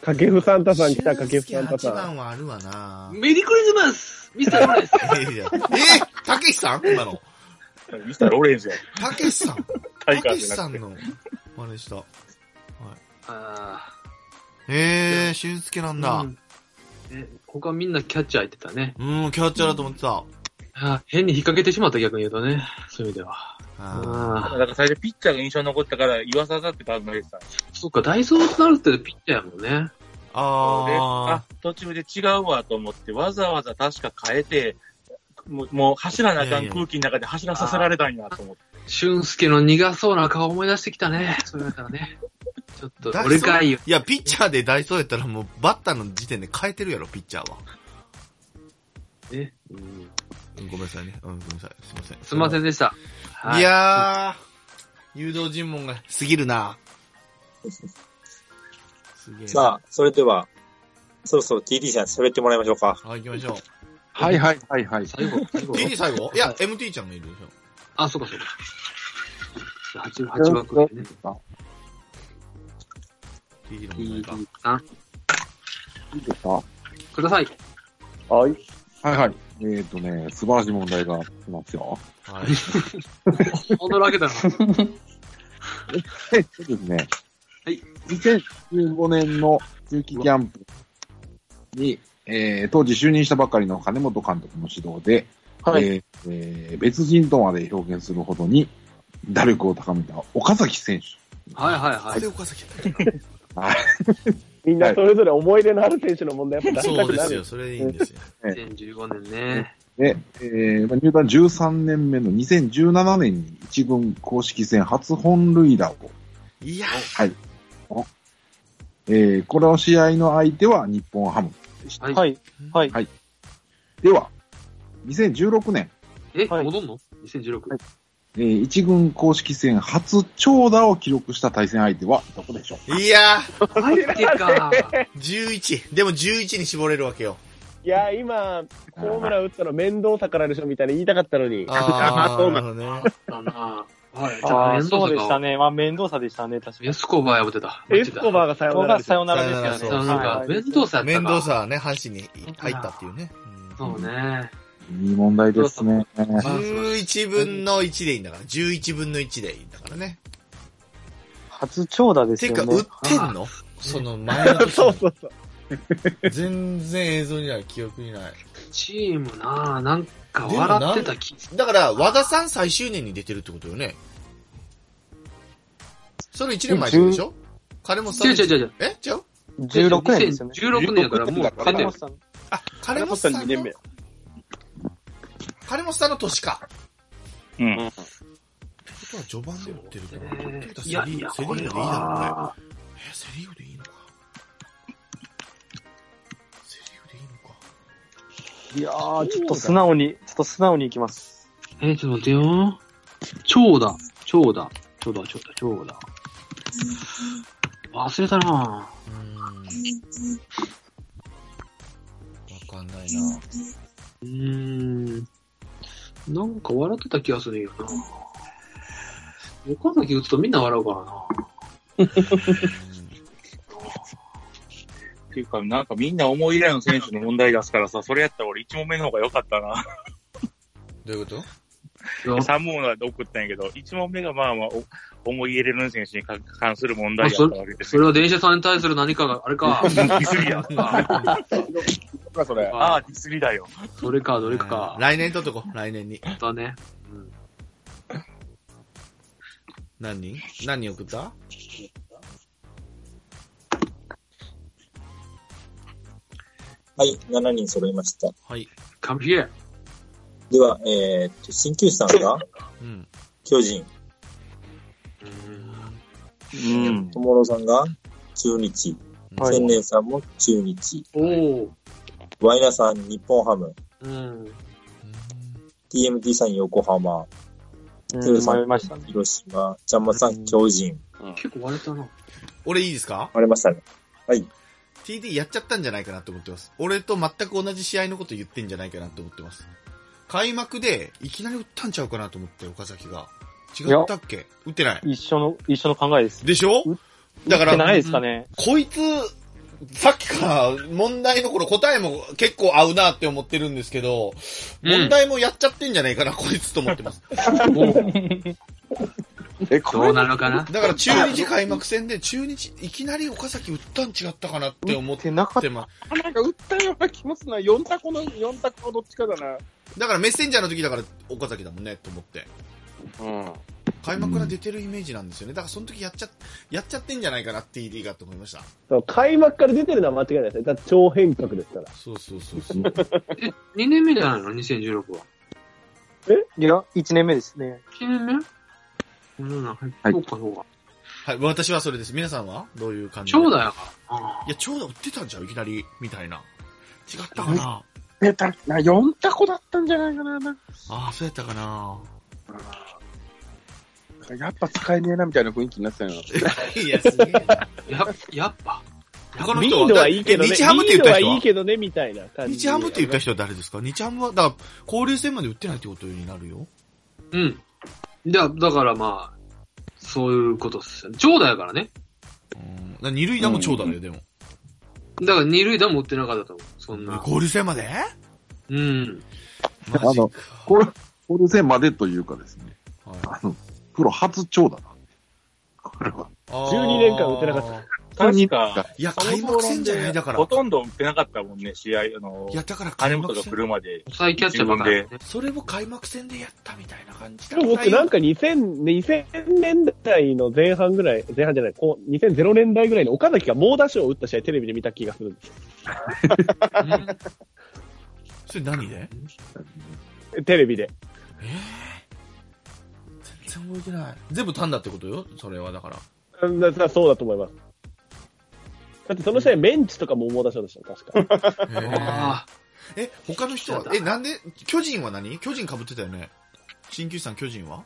Speaker 6: 掛布サンタさん来た、掛
Speaker 3: 俊
Speaker 6: 布
Speaker 3: 介
Speaker 6: サンタ
Speaker 3: 8
Speaker 6: さ
Speaker 3: 番はあるわな。
Speaker 5: メリークリスマスミスターロレンス
Speaker 3: いやいやえー、たけしさん今の。
Speaker 4: ミスターロレンズや。
Speaker 3: たけしさん。
Speaker 4: タイガ
Speaker 3: た
Speaker 4: ー
Speaker 3: け
Speaker 4: じ
Speaker 3: し
Speaker 4: ゃな
Speaker 3: さ
Speaker 4: くて
Speaker 3: んの真似した。
Speaker 5: あ
Speaker 3: えー、俊介なんだ
Speaker 5: う。んね他みんなキャッチャー入ってたね。
Speaker 3: うん、キャッチャーだと思ってた。
Speaker 5: あー変に引っ掛けてしまった逆に言うとね。そういう意味では。
Speaker 3: あ
Speaker 4: だ
Speaker 5: あ
Speaker 4: から最初ピッチャーが印象に残ったから、岩沢だって考えてたんですよ
Speaker 5: ーそっか、ダイソーとなるってピッチャーやもんね。
Speaker 3: ー
Speaker 4: で
Speaker 3: あ
Speaker 4: あ、途中で違うわと思って、わざわざ確か変えて、もうもう走らなあか
Speaker 3: いやい
Speaker 4: ん
Speaker 3: や
Speaker 4: 空気の中で走らさせられたんやと思って。俊
Speaker 5: 俊介の苦そうな顔思い出してきたね。そういうからね。ちょっと、俺かいよ。
Speaker 3: ー。いや、ピッチャーでダイソーやったらもうバッターの時点で変えてるやろ、ピッチャーは。
Speaker 5: ねうん
Speaker 3: うんごめんなさいね。うん、ごめんなさい。すいません。
Speaker 5: すいませんでした。はい
Speaker 3: やー、誘導尋問が過ぎるな。すげえ。
Speaker 2: さあ、それでは、そろそろ TD さん、喋ってもらいましょうか。
Speaker 3: あ、行きましょ
Speaker 8: はいはいはいはい。
Speaker 5: 最後、最
Speaker 3: う。
Speaker 5: 後。
Speaker 3: TD 最後いや、MT ちゃんがいるでしょ。
Speaker 5: あ、そうかそうか。八八枠でね。
Speaker 3: TD の問題か。
Speaker 5: T さん、
Speaker 8: いいですか
Speaker 5: ください。
Speaker 1: はい。
Speaker 8: はいはい。えーっ、とね、素晴らしい問題が来ま すよ。
Speaker 3: はい。
Speaker 5: 踊るわけだな。
Speaker 8: はい、そうですね。
Speaker 5: はい。
Speaker 8: 2015年の中期キャンプに、えー当時就任したばかりの金本監督の指導で、
Speaker 9: はい
Speaker 8: えーえー別人とまで表現するほどに打力を高めた岡崎選 手。
Speaker 5: はいはい
Speaker 3: で
Speaker 5: は
Speaker 3: 岡崎やっ
Speaker 8: はい。
Speaker 6: ん。みんなそれぞれ思い入れのある選手の問題やっぱ出
Speaker 3: た
Speaker 6: した
Speaker 3: そう
Speaker 6: く
Speaker 3: で
Speaker 6: な
Speaker 3: す
Speaker 6: る
Speaker 3: よ。。それいいんですよ。
Speaker 5: い。2015年ね。
Speaker 8: ね
Speaker 10: ね、えーまあ入団13年目の2017年に一軍公式戦初本塁打を、
Speaker 3: いや、
Speaker 10: はい。えーこの試合の相手は日本ハムでした。
Speaker 5: はい
Speaker 9: はい。はい。
Speaker 10: では、2016年、
Speaker 5: え、
Speaker 9: はい
Speaker 5: 戻んの ?2016。
Speaker 10: えー一軍公式戦初長打を記録した対戦相手はどこでしょう
Speaker 3: いや
Speaker 5: 相手か。
Speaker 3: 11。でも11に絞れるわ けよ。
Speaker 6: いや、今、ホームラン打ったの面倒さからでしょみたいに言いたかったのに。
Speaker 3: ああ、
Speaker 8: そう
Speaker 3: な
Speaker 8: な
Speaker 3: るほどね。
Speaker 5: だなはい。じゃ
Speaker 9: あ
Speaker 5: あ、
Speaker 9: あ、
Speaker 5: 遠藤
Speaker 9: そうで
Speaker 5: と
Speaker 9: した
Speaker 5: か。
Speaker 9: ね。まあ、面倒さでしたね、確かに
Speaker 5: エ。スコバーやってた。
Speaker 6: エスコバーがさよ
Speaker 9: ここ
Speaker 6: なら
Speaker 9: が
Speaker 6: でし
Speaker 9: さ
Speaker 6: ょ。
Speaker 9: よならですけ
Speaker 3: さ
Speaker 9: ど
Speaker 3: よ
Speaker 9: ね。
Speaker 3: な
Speaker 5: なん
Speaker 3: ら
Speaker 5: か
Speaker 9: は、い
Speaker 5: 面倒さやったか。
Speaker 3: 面倒さはね、阪神に入ったっていうね。うん
Speaker 5: そうね。
Speaker 10: いい問題ですね。
Speaker 3: 11分の1でいいんだから、11分の1でいいんだからね。
Speaker 9: 初長打で
Speaker 3: て
Speaker 9: す
Speaker 3: いうか、
Speaker 9: よ
Speaker 3: 売っ
Speaker 9: ね。
Speaker 3: てんのその前 の年
Speaker 6: そうそうそう。
Speaker 3: 全然映像にない、記憶にない。
Speaker 5: チームなあなんか笑ってた気
Speaker 3: だから、和田さん最終年に出てるってことよね。それ1年前ってことでしょ金本さん。
Speaker 5: 違う違う違う違う。
Speaker 3: え違う
Speaker 9: 16年ですよね。
Speaker 5: 16年だからもう出て
Speaker 9: 金
Speaker 5: る
Speaker 9: 本。さん。
Speaker 3: あ、金
Speaker 8: 金
Speaker 3: 本
Speaker 8: 本
Speaker 3: さ
Speaker 8: さ
Speaker 3: ん
Speaker 8: ん
Speaker 3: の
Speaker 8: 2年目。
Speaker 3: 金本さんの年か。
Speaker 4: うん。
Speaker 3: ってことは序盤で打ってるから。
Speaker 5: え
Speaker 3: セ
Speaker 5: ーい
Speaker 3: リ
Speaker 5: やい
Speaker 3: ー
Speaker 5: や、
Speaker 3: セリ
Speaker 5: こ
Speaker 3: ーグでい
Speaker 5: れ
Speaker 3: いだろうね。
Speaker 5: は、
Speaker 3: え、セリーグでいいのか。セリーグでいいのか。
Speaker 9: いやー、ちょっと素直に、ちょっと素直にいきます。
Speaker 5: えー、ちょっと待ってよ。長打、長打、長打、長打、長打。忘れたなぁ。
Speaker 3: うーん。わかんないな。
Speaker 5: うーん。なんか笑ってた気がするんやな岡崎打つとみんな笑うからな
Speaker 4: っていうか、なんかみんな思い入れの選手の問題出すからさ、それやったら俺1問目の方が良かったな。
Speaker 3: どういうこと
Speaker 5: いや
Speaker 4: 3問は送ったんやけど、1問目がまあまあ、お思い入れの選手にか関する問題やったわけです
Speaker 5: それ
Speaker 4: よ。
Speaker 5: は電車さんに対する何かが、あれ か。
Speaker 4: ディスりや。
Speaker 5: あ
Speaker 8: か、それ。
Speaker 4: ああ、ディスりだよ。
Speaker 5: それか、どれかか。
Speaker 3: 来年取っとこう、来年に。
Speaker 5: だね。うん
Speaker 3: 何人何人送った
Speaker 2: はい、7人揃いました。
Speaker 3: はい。
Speaker 5: 完璧や。
Speaker 2: では、えーっと、鍼灸師さんが
Speaker 3: うん。
Speaker 2: 巨人、
Speaker 4: うん。
Speaker 2: 友郎さんが中日、
Speaker 9: はい
Speaker 2: 千年さんも中日、
Speaker 5: おー。
Speaker 2: ワイナさん日本ハム、
Speaker 5: うん。
Speaker 2: TMT さん横浜、
Speaker 9: う
Speaker 2: テル
Speaker 9: ん、
Speaker 2: さん
Speaker 9: 迷いましたね。
Speaker 2: 広島、ジャンマさん巨人。
Speaker 5: 結構割れたな。
Speaker 3: 俺いいですか
Speaker 2: 割れましたね。
Speaker 3: ?TD やっちゃったんじゃないかなと思ってます。俺と全く同じ試合のこと言ってんじゃないかなと思ってます。開幕で、いきなり打ったんちゃうかなと思って、岡崎が。違ったっけ打ってない。
Speaker 9: 一緒の、一緒の考えです。
Speaker 3: でしょだか
Speaker 9: 打っ
Speaker 3: ら、
Speaker 9: てないですかね。
Speaker 3: こいつ、さっきから問題の頃答えも結構合うなって思ってるんですけど、
Speaker 5: うん
Speaker 3: 問題もやっちゃってんじゃないかな、こいつと思って ます。
Speaker 1: え、
Speaker 5: どうなるかな
Speaker 3: だから中日開幕戦で中日、いきなり岡崎打ったん違ったかなって思っ
Speaker 9: 打ってなかった
Speaker 3: て。ます。
Speaker 8: なんか打ったような気もするな。4択の、4択のどっちかだな。
Speaker 3: だからメッセンジャーの時だから岡崎だもんねと思って。
Speaker 8: うん。
Speaker 3: 開幕から出てるイメージなんですよね。だからその時やっちゃ、やっちゃってんじゃないかなって TD がと思いました。
Speaker 6: そう開幕から出てるのは間違いないですね。だって超変革ですから。
Speaker 3: そうそうそうそう。
Speaker 5: え、2年目じゃないの ?2016 は。
Speaker 9: いや、1年目ですね。
Speaker 5: 1年目うん、はい。
Speaker 10: はい
Speaker 5: そうか、そうか。
Speaker 3: はい、私はそれです。皆さんはどういう感じ
Speaker 5: 長打
Speaker 3: い
Speaker 5: やからな。
Speaker 3: や、長打打ってたんじゃういきなり、みたいな。違ったかな
Speaker 1: え、だ、な、4タコだったんじゃないかな。なん
Speaker 3: ああ、そうやったかな
Speaker 1: かやっぱ使えねえなみたいな雰囲気になってたよな。
Speaker 3: いや、すげえな。
Speaker 5: や、やっぱ。
Speaker 3: この
Speaker 6: リ
Speaker 3: 人
Speaker 6: ードはいいけどね。
Speaker 3: え日ハムって言った
Speaker 6: リー
Speaker 3: 人
Speaker 6: ドはい
Speaker 3: はい
Speaker 6: けどね、みたいな感じで。
Speaker 3: 日ハムって言った人は誰ですか日ハムは、だから、交流戦まで打ってないってことになるよ。
Speaker 5: うん。じゃあ、だからまあ、そういうことっすよね。長打やからね。
Speaker 3: うん。だから二塁打も長打だよ、でも。
Speaker 5: だから二塁打も打ってなかったと思う。そんな。
Speaker 3: 交流戦まで
Speaker 5: うん。
Speaker 3: マ
Speaker 10: あ
Speaker 3: ジか
Speaker 10: の。これ、これ戦までというかですね、
Speaker 3: はい。
Speaker 10: あの、プロ初長打なんで、これは。
Speaker 6: 12年間打てなかった
Speaker 4: 確か、
Speaker 3: いや、開幕戦じゃないだから。
Speaker 4: ほとんど打ってなかったもんね、試合、あの
Speaker 3: い、や、だから
Speaker 4: 金
Speaker 3: 開
Speaker 4: 本
Speaker 3: 幕
Speaker 4: が
Speaker 3: 戦
Speaker 4: 来。るまで。
Speaker 5: 抑えキャッチャーばっかり、ね。
Speaker 3: それも開幕戦でやったみたいな感じだ
Speaker 6: でも僕なんか2000、2000年代の前半ぐらい、前半じゃない、こう2000年代ぐらいの岡 崎が猛打賞を打った試合テレビで見た気がするんですよ。
Speaker 5: うん
Speaker 3: それ何で
Speaker 6: テレビで。
Speaker 3: 全然覚えてない。全部単だってことよそれはだから。
Speaker 6: だだそうだと思います。だってその試合、メンチとかも思い出しましたよ、確 か。
Speaker 5: あ
Speaker 3: え、他の人はえ、なんで巨人は何巨人被ってたよね新球さん巨人は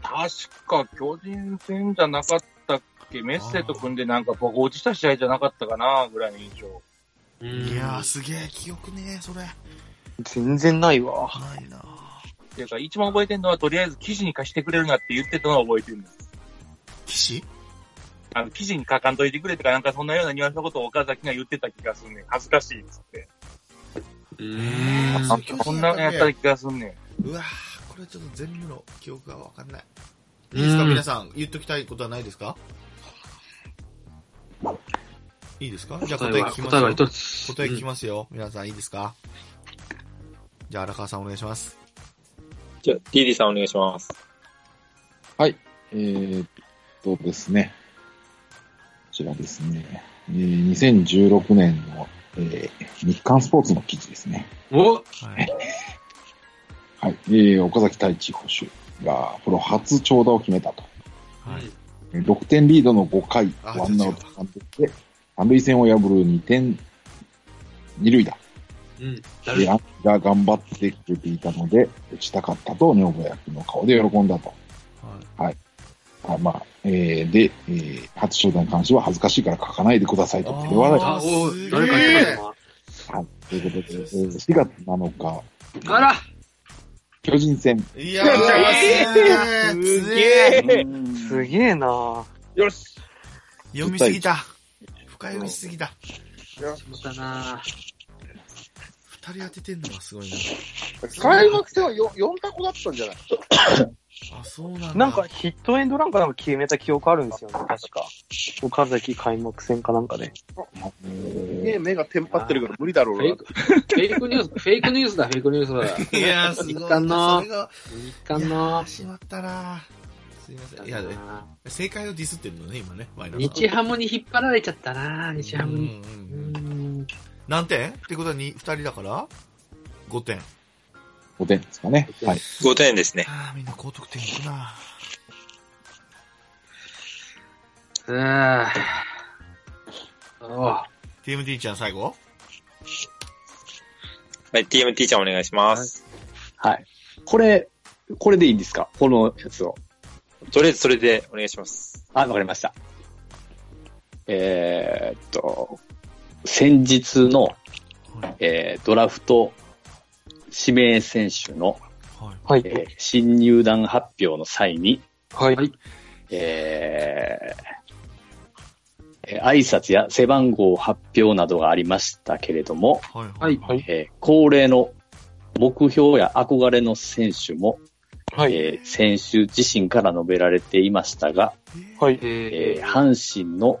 Speaker 4: 確か巨人戦じゃなかったっけメッセと組んでなんか僕落ちた試合じゃなかったかなぐらいの印象。
Speaker 5: あ。い
Speaker 3: いやー、すげえ、記憶ねえ、それ。な
Speaker 9: 全然ないわ。
Speaker 3: いな
Speaker 4: っていうか、一番覚えてるのはとりあえず記事に貸してくれるなって言ってたのは覚えてるんです。
Speaker 3: 騎士
Speaker 4: あの、記事に書かんといてくれとかなんかそんなようなニュアンスのことを岡崎が言ってた気がすんねん。恥ずかしいっつって。
Speaker 3: あ
Speaker 4: こんなのやった気がすんねん。
Speaker 3: うわーこれちょっと全部の記憶がわかんない。いいですか、
Speaker 5: うん
Speaker 3: 皆さん。言っときたいことはないですかいいですかじゃあ
Speaker 5: 答
Speaker 3: 答
Speaker 5: え
Speaker 3: え
Speaker 5: は、
Speaker 3: 聞きま
Speaker 5: 答えは
Speaker 3: すよ。
Speaker 5: 一つ。
Speaker 3: 答え聞きますよ。皆さん、いいですかじゃあ、荒川さんお願いします。
Speaker 2: じゃあ、リリーさんお願いします。
Speaker 10: えーっとですね。こちらですね。えー2016年の、えー日刊スポーツの記事ですね。
Speaker 3: は
Speaker 5: お
Speaker 3: い。
Speaker 10: はい。えー岡崎太一捕手がプロ初長打を決めたと。
Speaker 3: はい。
Speaker 10: えー6点リードの5回、
Speaker 3: あ
Speaker 10: ワンアウト三塁で、三塁線を破る2点、二塁打。
Speaker 5: うん。
Speaker 10: え
Speaker 5: だる
Speaker 10: ー、が頑張ってくれていたので、打ちたかったと女房役の顔で喜んだと。あまあ、えーで、えー初商談に関しては恥ずかしいから書かないでくださいと手笑い
Speaker 3: あ
Speaker 10: だ
Speaker 5: あ、お
Speaker 3: すげえ
Speaker 5: ー誰か言ってたか
Speaker 10: ということで、えー4月7日、
Speaker 5: な。あら
Speaker 10: 巨人戦、
Speaker 3: いやー、
Speaker 6: す
Speaker 3: す
Speaker 6: げ
Speaker 3: げえ
Speaker 6: え
Speaker 9: すげえな
Speaker 8: よし
Speaker 3: 読みすぎた。深読みしすぎた。
Speaker 5: またな
Speaker 3: 二人当ててんのがすごい
Speaker 8: 開幕戦はよ4タコだったんじゃない
Speaker 3: な。あ、そうなんだ。
Speaker 9: なんかヒットエンドランかなんか決めた記憶あるんですよね、確か。岡崎開幕戦かなんかで。
Speaker 8: ね目がテンパってるから無理だろ
Speaker 5: フ
Speaker 8: う
Speaker 5: ェ
Speaker 8: な
Speaker 5: イ。ク、フェイクニュース、フェイクニュースだ、フェイクニュースだ。
Speaker 3: いやー、すごい。
Speaker 5: 日刊の
Speaker 3: それが
Speaker 5: 日刊
Speaker 3: いや
Speaker 5: の
Speaker 3: ー、しまったなーすいません。いや、正解をディスってるのね、今ね、前田さん
Speaker 5: 日ハムに引っ張られちゃったな日ハ
Speaker 3: うん
Speaker 5: ムに。
Speaker 3: う
Speaker 5: うん
Speaker 3: うん
Speaker 5: ん。
Speaker 3: 何点ってことはに二人だから5点。
Speaker 10: 5点ですかね。はい。
Speaker 2: 5点ですね。
Speaker 3: ああ、みんな高得点いくな
Speaker 5: うーおう
Speaker 3: TMT ちゃん最後
Speaker 2: はい、TMT ちゃんお願いします。
Speaker 7: はい。これ、これでいいんですかこのやつを。
Speaker 2: とりあえずそれでお願いします。
Speaker 7: あ、わかりました。えーっと、先日の、
Speaker 3: はい。
Speaker 7: えードラフト指名選手の、
Speaker 3: はい。
Speaker 7: えー新入団発表の際に、
Speaker 9: はい。
Speaker 7: えーえー挨拶や背番号発表などがありましたけれども、
Speaker 3: はい。
Speaker 5: はい
Speaker 9: はい。
Speaker 7: えー恒例の目標や憧れの選手も、
Speaker 9: はい。
Speaker 7: えー選手自身から述べられていましたが、
Speaker 9: はい。
Speaker 7: えー
Speaker 5: えー、
Speaker 7: 阪神の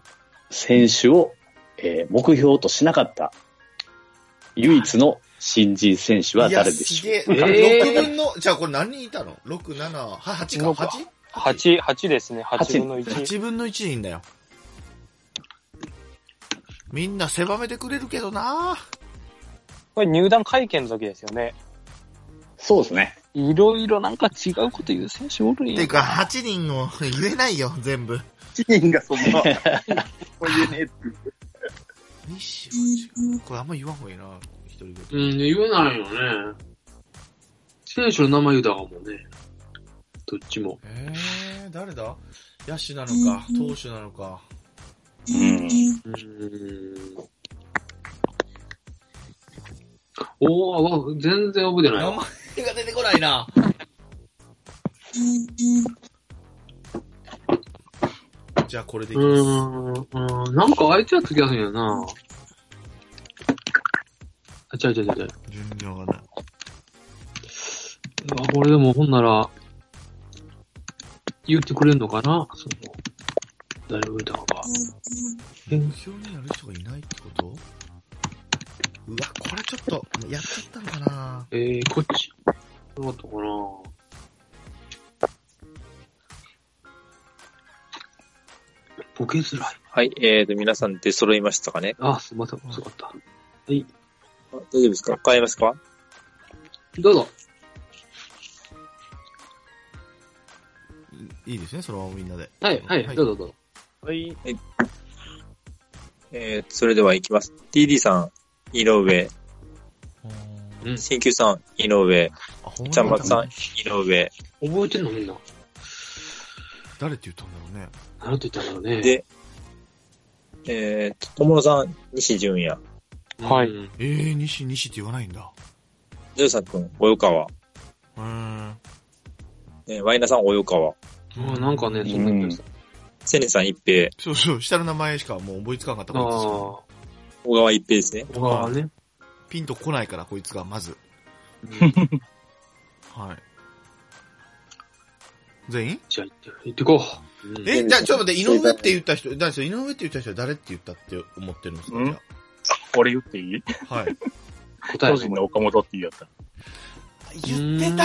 Speaker 7: 選手を、えー目標としなかった唯一の新人選手は誰でしょう
Speaker 3: いや、すげえ。
Speaker 5: えー
Speaker 3: 六分の、じゃあこれ何人いたの ?6、7、は8か、
Speaker 9: 六
Speaker 3: 8?
Speaker 9: 8、8ですね。8分の1。
Speaker 3: 8分の1でいいんだよ。みんな狭めてくれるけどな
Speaker 9: これ入団会見の時ですよね。
Speaker 7: そうですね。
Speaker 9: いろいろなんか違うこと言う選手おるん
Speaker 3: てい
Speaker 9: や
Speaker 3: う。か、8人を言えないよ、全部。
Speaker 8: 7人がそんな、これ言え ねえっていう。
Speaker 3: 西は違う。これあんま言わんほうがいいな一人ごと。
Speaker 5: うん、言えないよね。選手の名前言うたかもね。どっちも。
Speaker 3: えー、誰だ野手なのか、投手なのか。
Speaker 7: うん。
Speaker 5: うーん。おーあわ、全然覚えてない
Speaker 3: 名
Speaker 5: わ。
Speaker 3: 前が出てこないな。じゃあこれでいうきます。
Speaker 5: ーん、うん、なんか相手やった気がするんやな。あ、ちゃうちゃうちゃうちゃう。
Speaker 3: 順序がない。
Speaker 5: うわこれでもほんなら、言ってくれんのかなその、誰が言うたのか。
Speaker 3: 目標になる人がいないってことうわ、これちょっと、やっちゃったのかな
Speaker 5: えー、こっち。どうだったかなボケづらい。
Speaker 2: はい、えーと、皆さん出揃いましたかね
Speaker 5: あ、すいません、遅かった。
Speaker 2: 大丈夫ですか変えますか
Speaker 5: どうぞ。
Speaker 3: いいですね、そのままみんなで。
Speaker 5: はい、はい、どうぞどうぞ。
Speaker 6: はい。
Speaker 2: えー、それでは行きます。TD さん、井上。新旧さん、井上。ちゃんまつさん、井上。
Speaker 5: 覚えてんのみんな。
Speaker 3: 誰って言ったんだろうね。
Speaker 5: なんて言ったんだろうね。
Speaker 2: で、えー、と、ともろさん、西純也。
Speaker 9: はい。
Speaker 3: えー、西、西って言わないんだ。
Speaker 2: ジョーさんくん、及川。
Speaker 3: うーん。
Speaker 2: えー、ワイナさん、及川。
Speaker 5: あなんかね、そんな気がした。
Speaker 2: セネさん、一平。
Speaker 3: そうそう、下の名前しかもう思いつかなかった
Speaker 5: あ
Speaker 3: からですよ、
Speaker 5: あ、
Speaker 2: 小川一平ですね。
Speaker 5: 小川ね。
Speaker 3: ピンと来ないから、こいつが、まず。はい。全員
Speaker 5: じゃあ行って、行ってこう。うん
Speaker 3: え、じゃあ、ちょっと待って、井上って言った人、誰です井上って言った人は誰って言ったって思ってるんですか
Speaker 4: うん
Speaker 3: じゃ
Speaker 4: 俺言っていい
Speaker 3: あはい。
Speaker 5: 答
Speaker 4: 巨
Speaker 5: え
Speaker 4: 人の岡本って言いやった。
Speaker 3: 言ってたー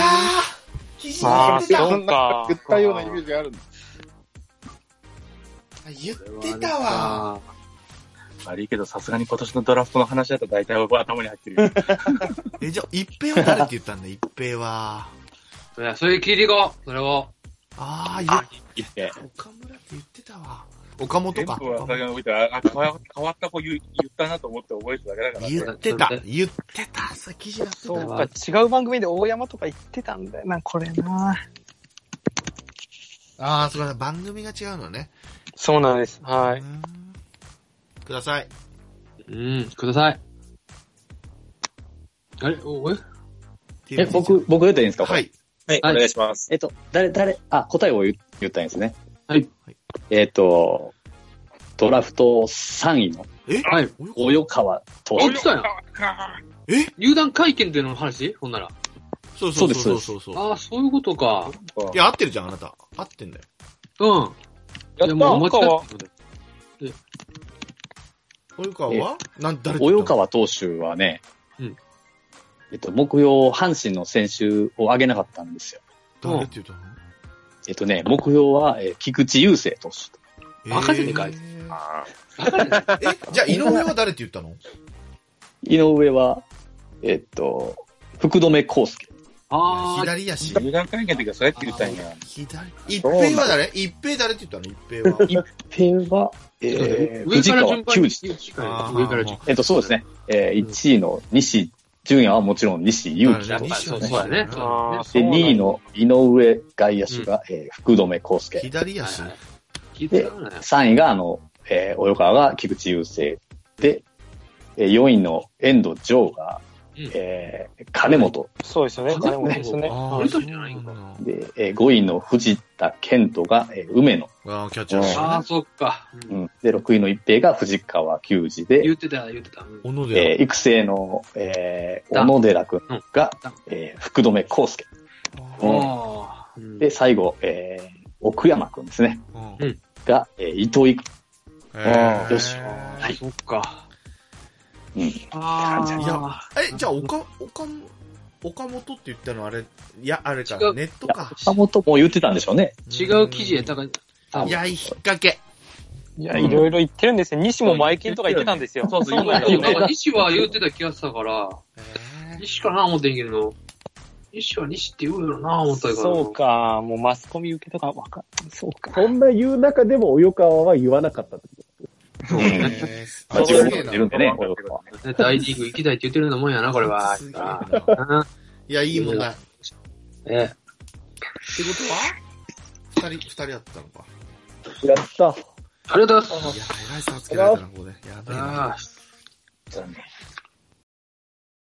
Speaker 3: 肘
Speaker 9: あ
Speaker 3: 言
Speaker 9: あ、
Speaker 3: ってた
Speaker 9: そ
Speaker 3: あ
Speaker 9: うか。
Speaker 1: 言ったようなイメージがあるんだ。
Speaker 3: 言ってたわ。
Speaker 4: 悪いけど、さすがに今年のドラフトの話だと大体頭に入ってるよ。
Speaker 3: え、じゃあ、一平は誰って言ったんだ一平は。
Speaker 5: いや、それ聞いていこう。それを。
Speaker 3: ああ、言っ
Speaker 2: 一平。
Speaker 3: 岡村って言ってたわ。岡本
Speaker 4: 全部
Speaker 3: か。
Speaker 4: はさすがに置いて、あ、あ変わ変わった子言う言ったなと思って覚えてただけだから。
Speaker 3: 言ってた。言ってた。さ、記事がそ
Speaker 9: そうか、違う番組で大山とか言ってたんだよな、これな。
Speaker 3: ああ、そうだ、番組が違うのね。
Speaker 9: そうなんです。は
Speaker 3: う
Speaker 9: い。
Speaker 3: ーんください。
Speaker 5: うん、ください。あれお、え
Speaker 7: え、僕、僕出ていいんですかこれ
Speaker 3: はい。
Speaker 2: はい、
Speaker 5: はい
Speaker 2: お願いします。
Speaker 7: えっと、誰、誰、あ、答えを言言ったんですね。
Speaker 5: はい。
Speaker 7: えっと、ドラフト3位の
Speaker 3: え
Speaker 5: はい。
Speaker 7: 及川投手
Speaker 5: あ、言ってたやん。
Speaker 3: え
Speaker 5: 入団会見での話ほんなら。
Speaker 3: そうそ
Speaker 7: そ
Speaker 3: うそうう
Speaker 7: です
Speaker 3: そうそうそう。
Speaker 5: ああ、そういうことか。
Speaker 3: いや、合ってるじゃん、あなた。合ってんだよ。
Speaker 5: うん。
Speaker 4: や
Speaker 5: いや、もう間違
Speaker 4: は
Speaker 5: ってた
Speaker 3: 及川はなん、誰って言
Speaker 7: 及
Speaker 3: ったの
Speaker 7: 川投手はね、
Speaker 5: うん
Speaker 7: えっと、目標、阪神の選手を上げなかったんですよ。
Speaker 3: 誰って言ったの
Speaker 7: えっとね、目標は、えー菊池雄星投手。
Speaker 5: バカじゃねえかあいつ
Speaker 3: えー。え、じゃあ、井上は誰って言ったの
Speaker 7: 井上は、えっと、福留康介。
Speaker 5: ああ、
Speaker 3: 左やし。
Speaker 4: 入団会見の時はそうやって言ったんや。
Speaker 3: 左。一平は誰一平誰って言ったの一平は。
Speaker 7: ペは、えー、
Speaker 5: 上
Speaker 7: 藤
Speaker 5: から
Speaker 7: 川
Speaker 5: 順番
Speaker 7: 球
Speaker 5: に。
Speaker 7: 児。
Speaker 3: あー
Speaker 5: 上から順番
Speaker 7: えっと、そうですね。えー、1位の西純也はもちろん西
Speaker 3: だ
Speaker 7: 祐
Speaker 3: から
Speaker 7: 希
Speaker 3: じゃあ
Speaker 7: と。
Speaker 3: 西
Speaker 5: そう
Speaker 3: 野
Speaker 5: そうだね。そうだね
Speaker 9: ああ、
Speaker 7: で、
Speaker 9: そうなんだ
Speaker 7: 2位。の井上外野手が、えー福留康介。
Speaker 3: 左や
Speaker 5: はい
Speaker 3: し
Speaker 5: は。い。聞いてたからね。
Speaker 7: 3位が、あの、えー、及川が菊池雄星。で、えー4位の遠藤城が、
Speaker 5: うん
Speaker 7: えー金本。
Speaker 9: そうですよね、金本ですね。
Speaker 3: あ
Speaker 5: 俺
Speaker 3: ー
Speaker 5: とじゃないんか
Speaker 3: そうなんだ
Speaker 7: で、えー5位の藤田健人が、えー梅野。
Speaker 3: あーキャッチャーし
Speaker 5: ああ、そっか。う
Speaker 7: うんんで、6位の一平が藤川球児で
Speaker 5: 言、ってた、言ってた。うん
Speaker 3: 小野寺。
Speaker 7: えー育成の、えー
Speaker 5: だ
Speaker 7: 小野寺君が
Speaker 5: だ、
Speaker 7: えー福留康介。うん
Speaker 5: ああ。うん
Speaker 7: で、最後、えー奥山君ですね。
Speaker 3: うん
Speaker 5: うん
Speaker 7: が、えー伊藤育
Speaker 3: えー
Speaker 7: よし
Speaker 5: あーそっか。
Speaker 7: うん
Speaker 5: あ
Speaker 3: いや
Speaker 5: あ。
Speaker 3: え、じゃあ、岡、岡も、岡本って言ったのあれ、いや、あれか
Speaker 5: 違、う
Speaker 3: ネットか。
Speaker 7: 岡本も言ってたんでしょうね。
Speaker 5: 違う記事やったから、多
Speaker 3: い
Speaker 5: 分
Speaker 3: や、引っ掛け。
Speaker 9: いや、いろいろ言ってるんですよ。西もマイケルとか言ってたんですよ。
Speaker 4: そうそう、今
Speaker 5: なん
Speaker 4: だ
Speaker 5: か
Speaker 4: よ
Speaker 5: なん
Speaker 4: ね。
Speaker 5: か西は言ってた気がしたから、西かな思ってんけど、西は西って言うよな思ったから。
Speaker 9: そう。か、もうマスコミ受けとかわかんそうか。
Speaker 6: そんな言う中でも、及川は言わなかったってこ
Speaker 3: そうね。
Speaker 7: まあ、自分でいるんでね、及川は
Speaker 5: 大リーグ行きたいって言ってるようなもんやな、これは。
Speaker 3: すげえ
Speaker 5: あ
Speaker 3: な
Speaker 5: あ
Speaker 3: いや、いいもんだ。って
Speaker 5: え
Speaker 3: ことは二人、二人やったのか。
Speaker 6: と。やった。
Speaker 5: ありがとうございま
Speaker 3: い
Speaker 5: す。
Speaker 3: や、偉い差つけられたな、ここで。やべえな。
Speaker 5: あ